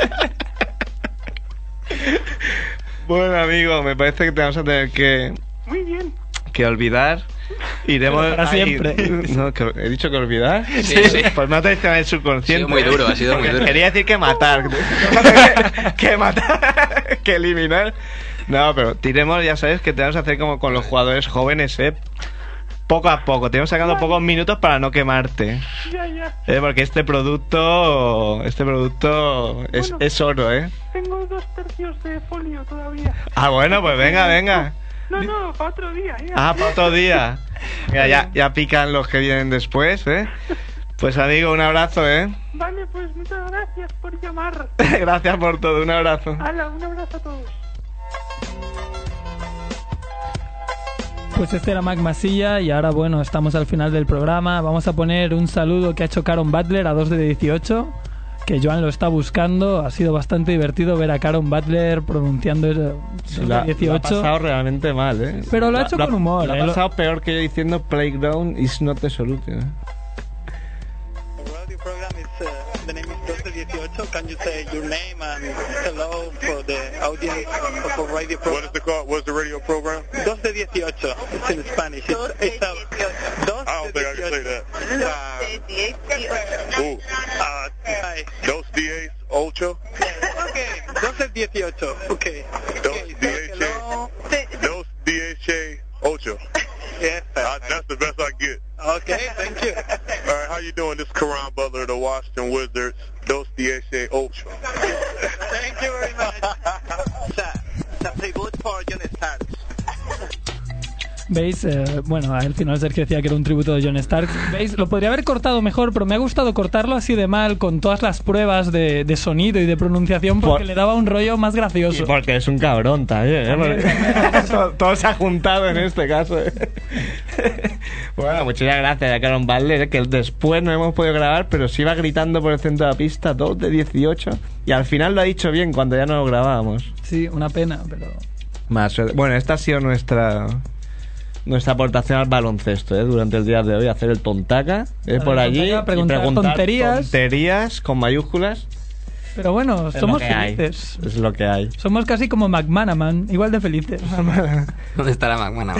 Bueno, amigo, me parece que te vamos a tener que, Muy bien. que olvidar. Iremos Pero para ay, siempre. (laughs) No, que- he dicho que olvidar. Sí, sí. Pues me ha traicionado el subconsciente. Ha sido muy duro, ha sido muy Porque duro. Quería decir que (laughs) matar. que matar. que eliminar. No, pero tiremos, ya sabes, que te vamos a hacer como con los jugadores jóvenes, ¿eh? Poco a poco. Te vamos sacando pocos minutos para no quemarte. Ya, ya. Eh, porque este producto. Este producto es, Bueno. es oro, ¿eh? Tengo dos tercios de folio todavía. Ah, bueno, pues venga, venga. No, no, para otro día. ¿eh? ya. Ah, para otro día. Mira, ya, ya pican los que vienen después, ¿eh? Pues amigo, un abrazo, ¿eh? (laughs) Vale, pues muchas gracias por llamar. Gracias por todo, un abrazo. Hala, un abrazo a todos. Pues este era Mac Masilla y ahora bueno, estamos al final del programa. Vamos a poner un saludo que ha hecho Caron Butler a 2 de 18. que Joan lo está buscando. Ha sido bastante divertido ver a Karen Butler pronunciando eh, el Sí, la, la ha 18. pasado realmente mal, ¿eh? Pero lo ha hecho con humor, Lo ¿eh? ha Lo- pasado peor que yo diciendo Playground is not the solution. ¿eh? uh, Hello for the audience of our radio program. What is the call? What's the radio program? Dos de dieciocho. It's in Spanish. It's, it's a, dos I don't think I can say that. Ooh. Uh, Dos diez ocho. Okay. Dos de dieciocho. Okay. Dos diez Dos diez ocho. Yes. I, that's the best I get. Okay. Thank you. All right, how you doing? This is Karan Butler, of the Washington Wizards, Dos DHA Ultra. Thank you very much. The tribute for John Stark. ¿Veis? Eh, bueno, al final Sergio decía que era un tributo de John Stark. ¿Veis? Lo podría haber cortado mejor, pero me ha gustado cortarlo así de mal, con todas las pruebas de, de sonido y de pronunciación, porque Por- le daba un rollo más gracioso. Y porque es un cabrón también, ¿eh? Porque (laughs) todo, todo se ha juntado en este caso. ¿eh? (laughs) bueno, muchas gracias a Karen Butler, ¿eh? que después no hemos podido grabar, pero se iba gritando por el centro de la pista 2 de 18 y al final lo ha dicho bien cuando ya no lo grabábamos. Sí, una pena, pero. Más suerte. Bueno, esta ha sido nuestra nuestra aportación al baloncesto ¿eh? durante el día de hoy. Hacer el tontaca ¿eh? Hacer por el allí. tontaca, y preguntar tonterías. tonterías con mayúsculas. Pero bueno, Es lo somos que hay. felices. Es lo que hay. Somos casi como McManaman, igual de felices. ¿Dónde está la magmana?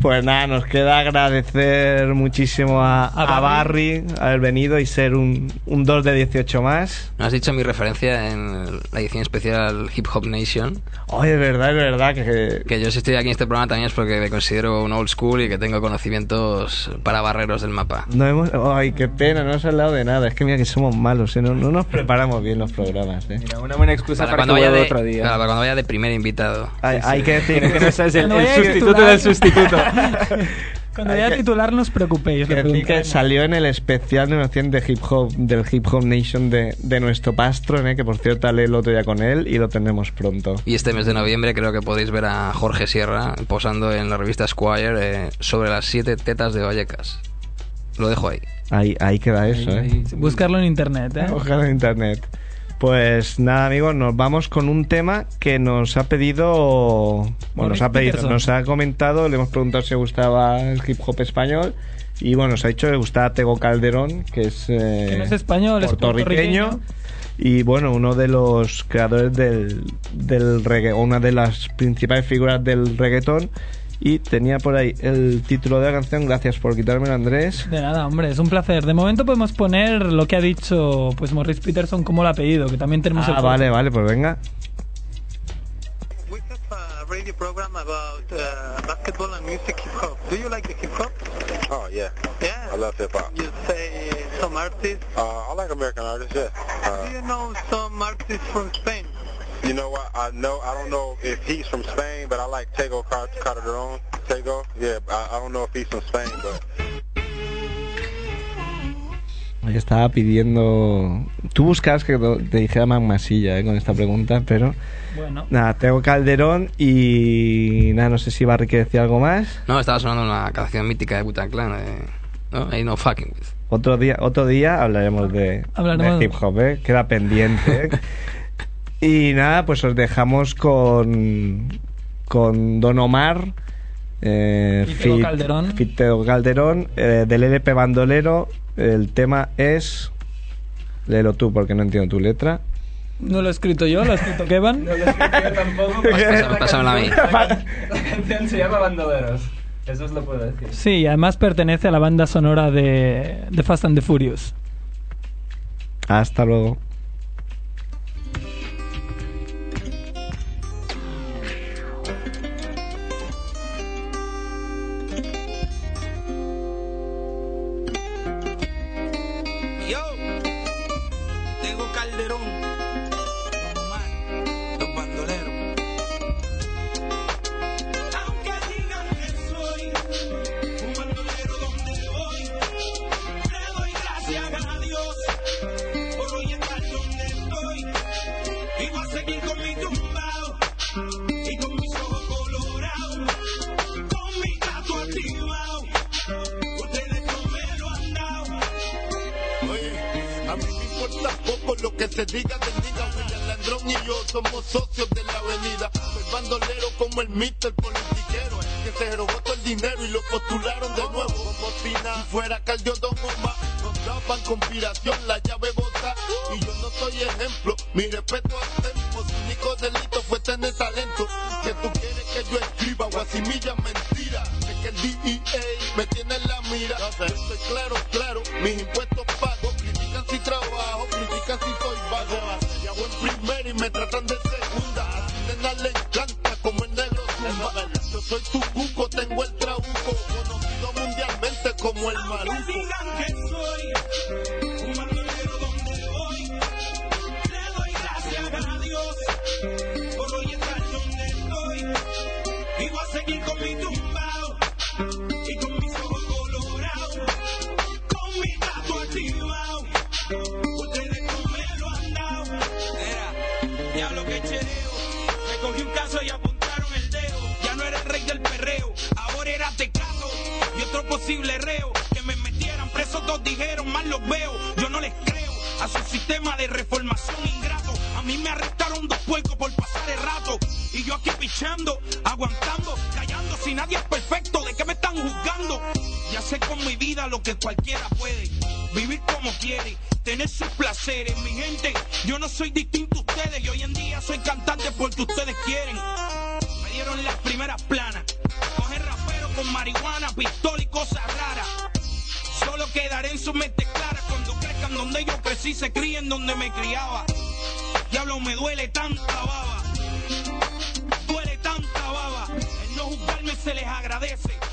Pues nada, nos queda agradecer muchísimo a, a Barry haber venido y ser un, un 2 de 18 más. ¿No has dicho mi referencia en la edición especial Hip Hop Nation? Oye, es verdad, es verdad que... Que yo si estoy aquí en este programa también es porque me considero un old school y que tengo conocimientos para barreros del mapa. No hemos, ay, qué pena, no hemos hablado de nada. Es que mira que somos malos, ¿eh? no, no nos preparamos bien los programas. ¿eh? Una buena excusa para, que vuelva otro día. claro, para cuando vaya de primer invitado. Hay, hay que decir Pero que no seas el- (laughs) Cuando el vaya sustituto titular. (laughs) del sustituto. Cuando Hay vaya a que- titular, no os preocupéis. que lo decir que preguntáis. salió en el especial de noción de hip hop del Hip Hop Nation de, de nuestro pastro, ¿eh? que por cierto hablé el otro día con él y lo tenemos pronto. Y este mes de noviembre creo que podéis ver a Jorge Sierra posando en la revista Squire eh, sobre las siete tetas de Vallecas. Lo dejo ahí. Ahí, ahí queda eso, ¿eh? Oh. Buscarlo en internet, ¿eh? Ojalá en internet. Pues nada, amigos, nos vamos con un tema que nos ha pedido. Bueno, nos ha pedido, Peterson. nos ha comentado, le hemos preguntado si le gustaba el hip hop español. Y bueno, nos ha dicho que le gustaba Tego Calderón, que es. eh, Que no es español, es puertorriqueño. puertorriqueño. Y bueno, uno de los creadores del, del reggae, o una de las principales figuras del reggaetón. Y tenía por ahí el título de la canción, gracias por quitármelo, Andrés. De nada, hombre, es un placer. De momento podemos poner lo que ha dicho pues Morris Peterson como lo ha pedido, que también tenemos Ah, el vale, vale, pues venga. a uh, radio program about uh, basketball and music hip hop. Do you like the hip hop? Oh yeah, Yeah. I love hip hop. You say some artists. Uh, I like American artists. Yeah. Do Uh, you know some artists from Spain? you know what? I know I don't know if he's from Spain, but I like Tego Car- Calderon. Tego. Yeah. I, I don't know if he's from Spain, but Ahí Estaba pidiendo. Tú buscabas que te dijera Magmasilla eh, con esta pregunta, pero. Bueno. Nada, tengo Calderón y. Nada, no sé si Barry quiere decir algo más. No, estaba sonando una canción mítica de Butan Clan. eh, ¿no? Ain't no fucking with. Otro día, otro día hablaremos de, Hablaremos. de hip hop, ¿eh? Queda (laughs) pendiente. ¿eh? y nada, pues os dejamos con. Con Don Omar. Eh, Y Tego fit- Calderón. fit Tego Calderón, eh, del LP Bandolero. El tema es. Léelo tú porque no entiendo tu letra. No lo he escrito yo, lo ha escrito Kevin. no lo he escrito yo (laughs) tampoco. Pásame- pásamela a mí. pues, La canción se llama Bandoleros. Eso es lo puedo decir. Sí, y además pertenece a la banda sonora de, de Fast and the Furious. Hasta luego. Yo, Tego Calderón, Omar, los bandoleros. Aunque digan que soy un bandolero donde voy, le doy gracias a Dios por hoy estar se diga del liga, William Landrón y yo somos socios de la avenida. Soy bandolero como el mister politiquero, el que se robó todo el dinero y lo postularon de nuevo. Como si nada fuera Caldiodón o más, nos daban conspiración, la llave bota. Y yo no soy ejemplo, mi respeto al tempo, su único delito fue tener talento. Que tú quieres que yo escriba, guasimilla mentira. Es que el DEA me tiene en la mira. Yo soy claro, claro, mis impuestos pago, critican si trabajo, critican si soy vago. Y hago en primera y me tratan de segunda. A mi nena le encanta como el negro zumba. Yo soy tu cuco, tengo el trabuco, conocido mundialmente como el maluco. soy un bandolero donde voy. Le doy gracias a Dios por hoy estar donde estoy. Y voy a seguir con mi tumbao y con mis ojos colorados, con mi gato activado. Ustedes no me lo han dado. Era, diablo que chereo. Me cogí un caso y apuntaron el dedo. Ya no era el rey del perreo, ahora era teclado y otro posible reo. Que me metieran presos, dos dijeron, más los veo. Yo no les creo a su sistema de reformación ingrato. A mí me arrestaron dos puercos por pasar el rato. Y yo aquí pichando, aguantando, callando. Si nadie es perfecto, ¿de qué me están juzgando? Ya sé con mi vida lo que cualquiera puede. Vivir como quiere, tener sus placeres. Mi gente, yo no soy distinto a ustedes. Y hoy en día soy cantante porque ustedes quieren. Me dieron las primeras planas. Coger rapero con marihuana, pistola y cosas raras. Solo quedaré en su mente clara cuando crezcan donde yo crecí, se críen donde me criaba. Diablo, me duele tanta baba. Duele tanta baba. El no juzgarme se les agradece.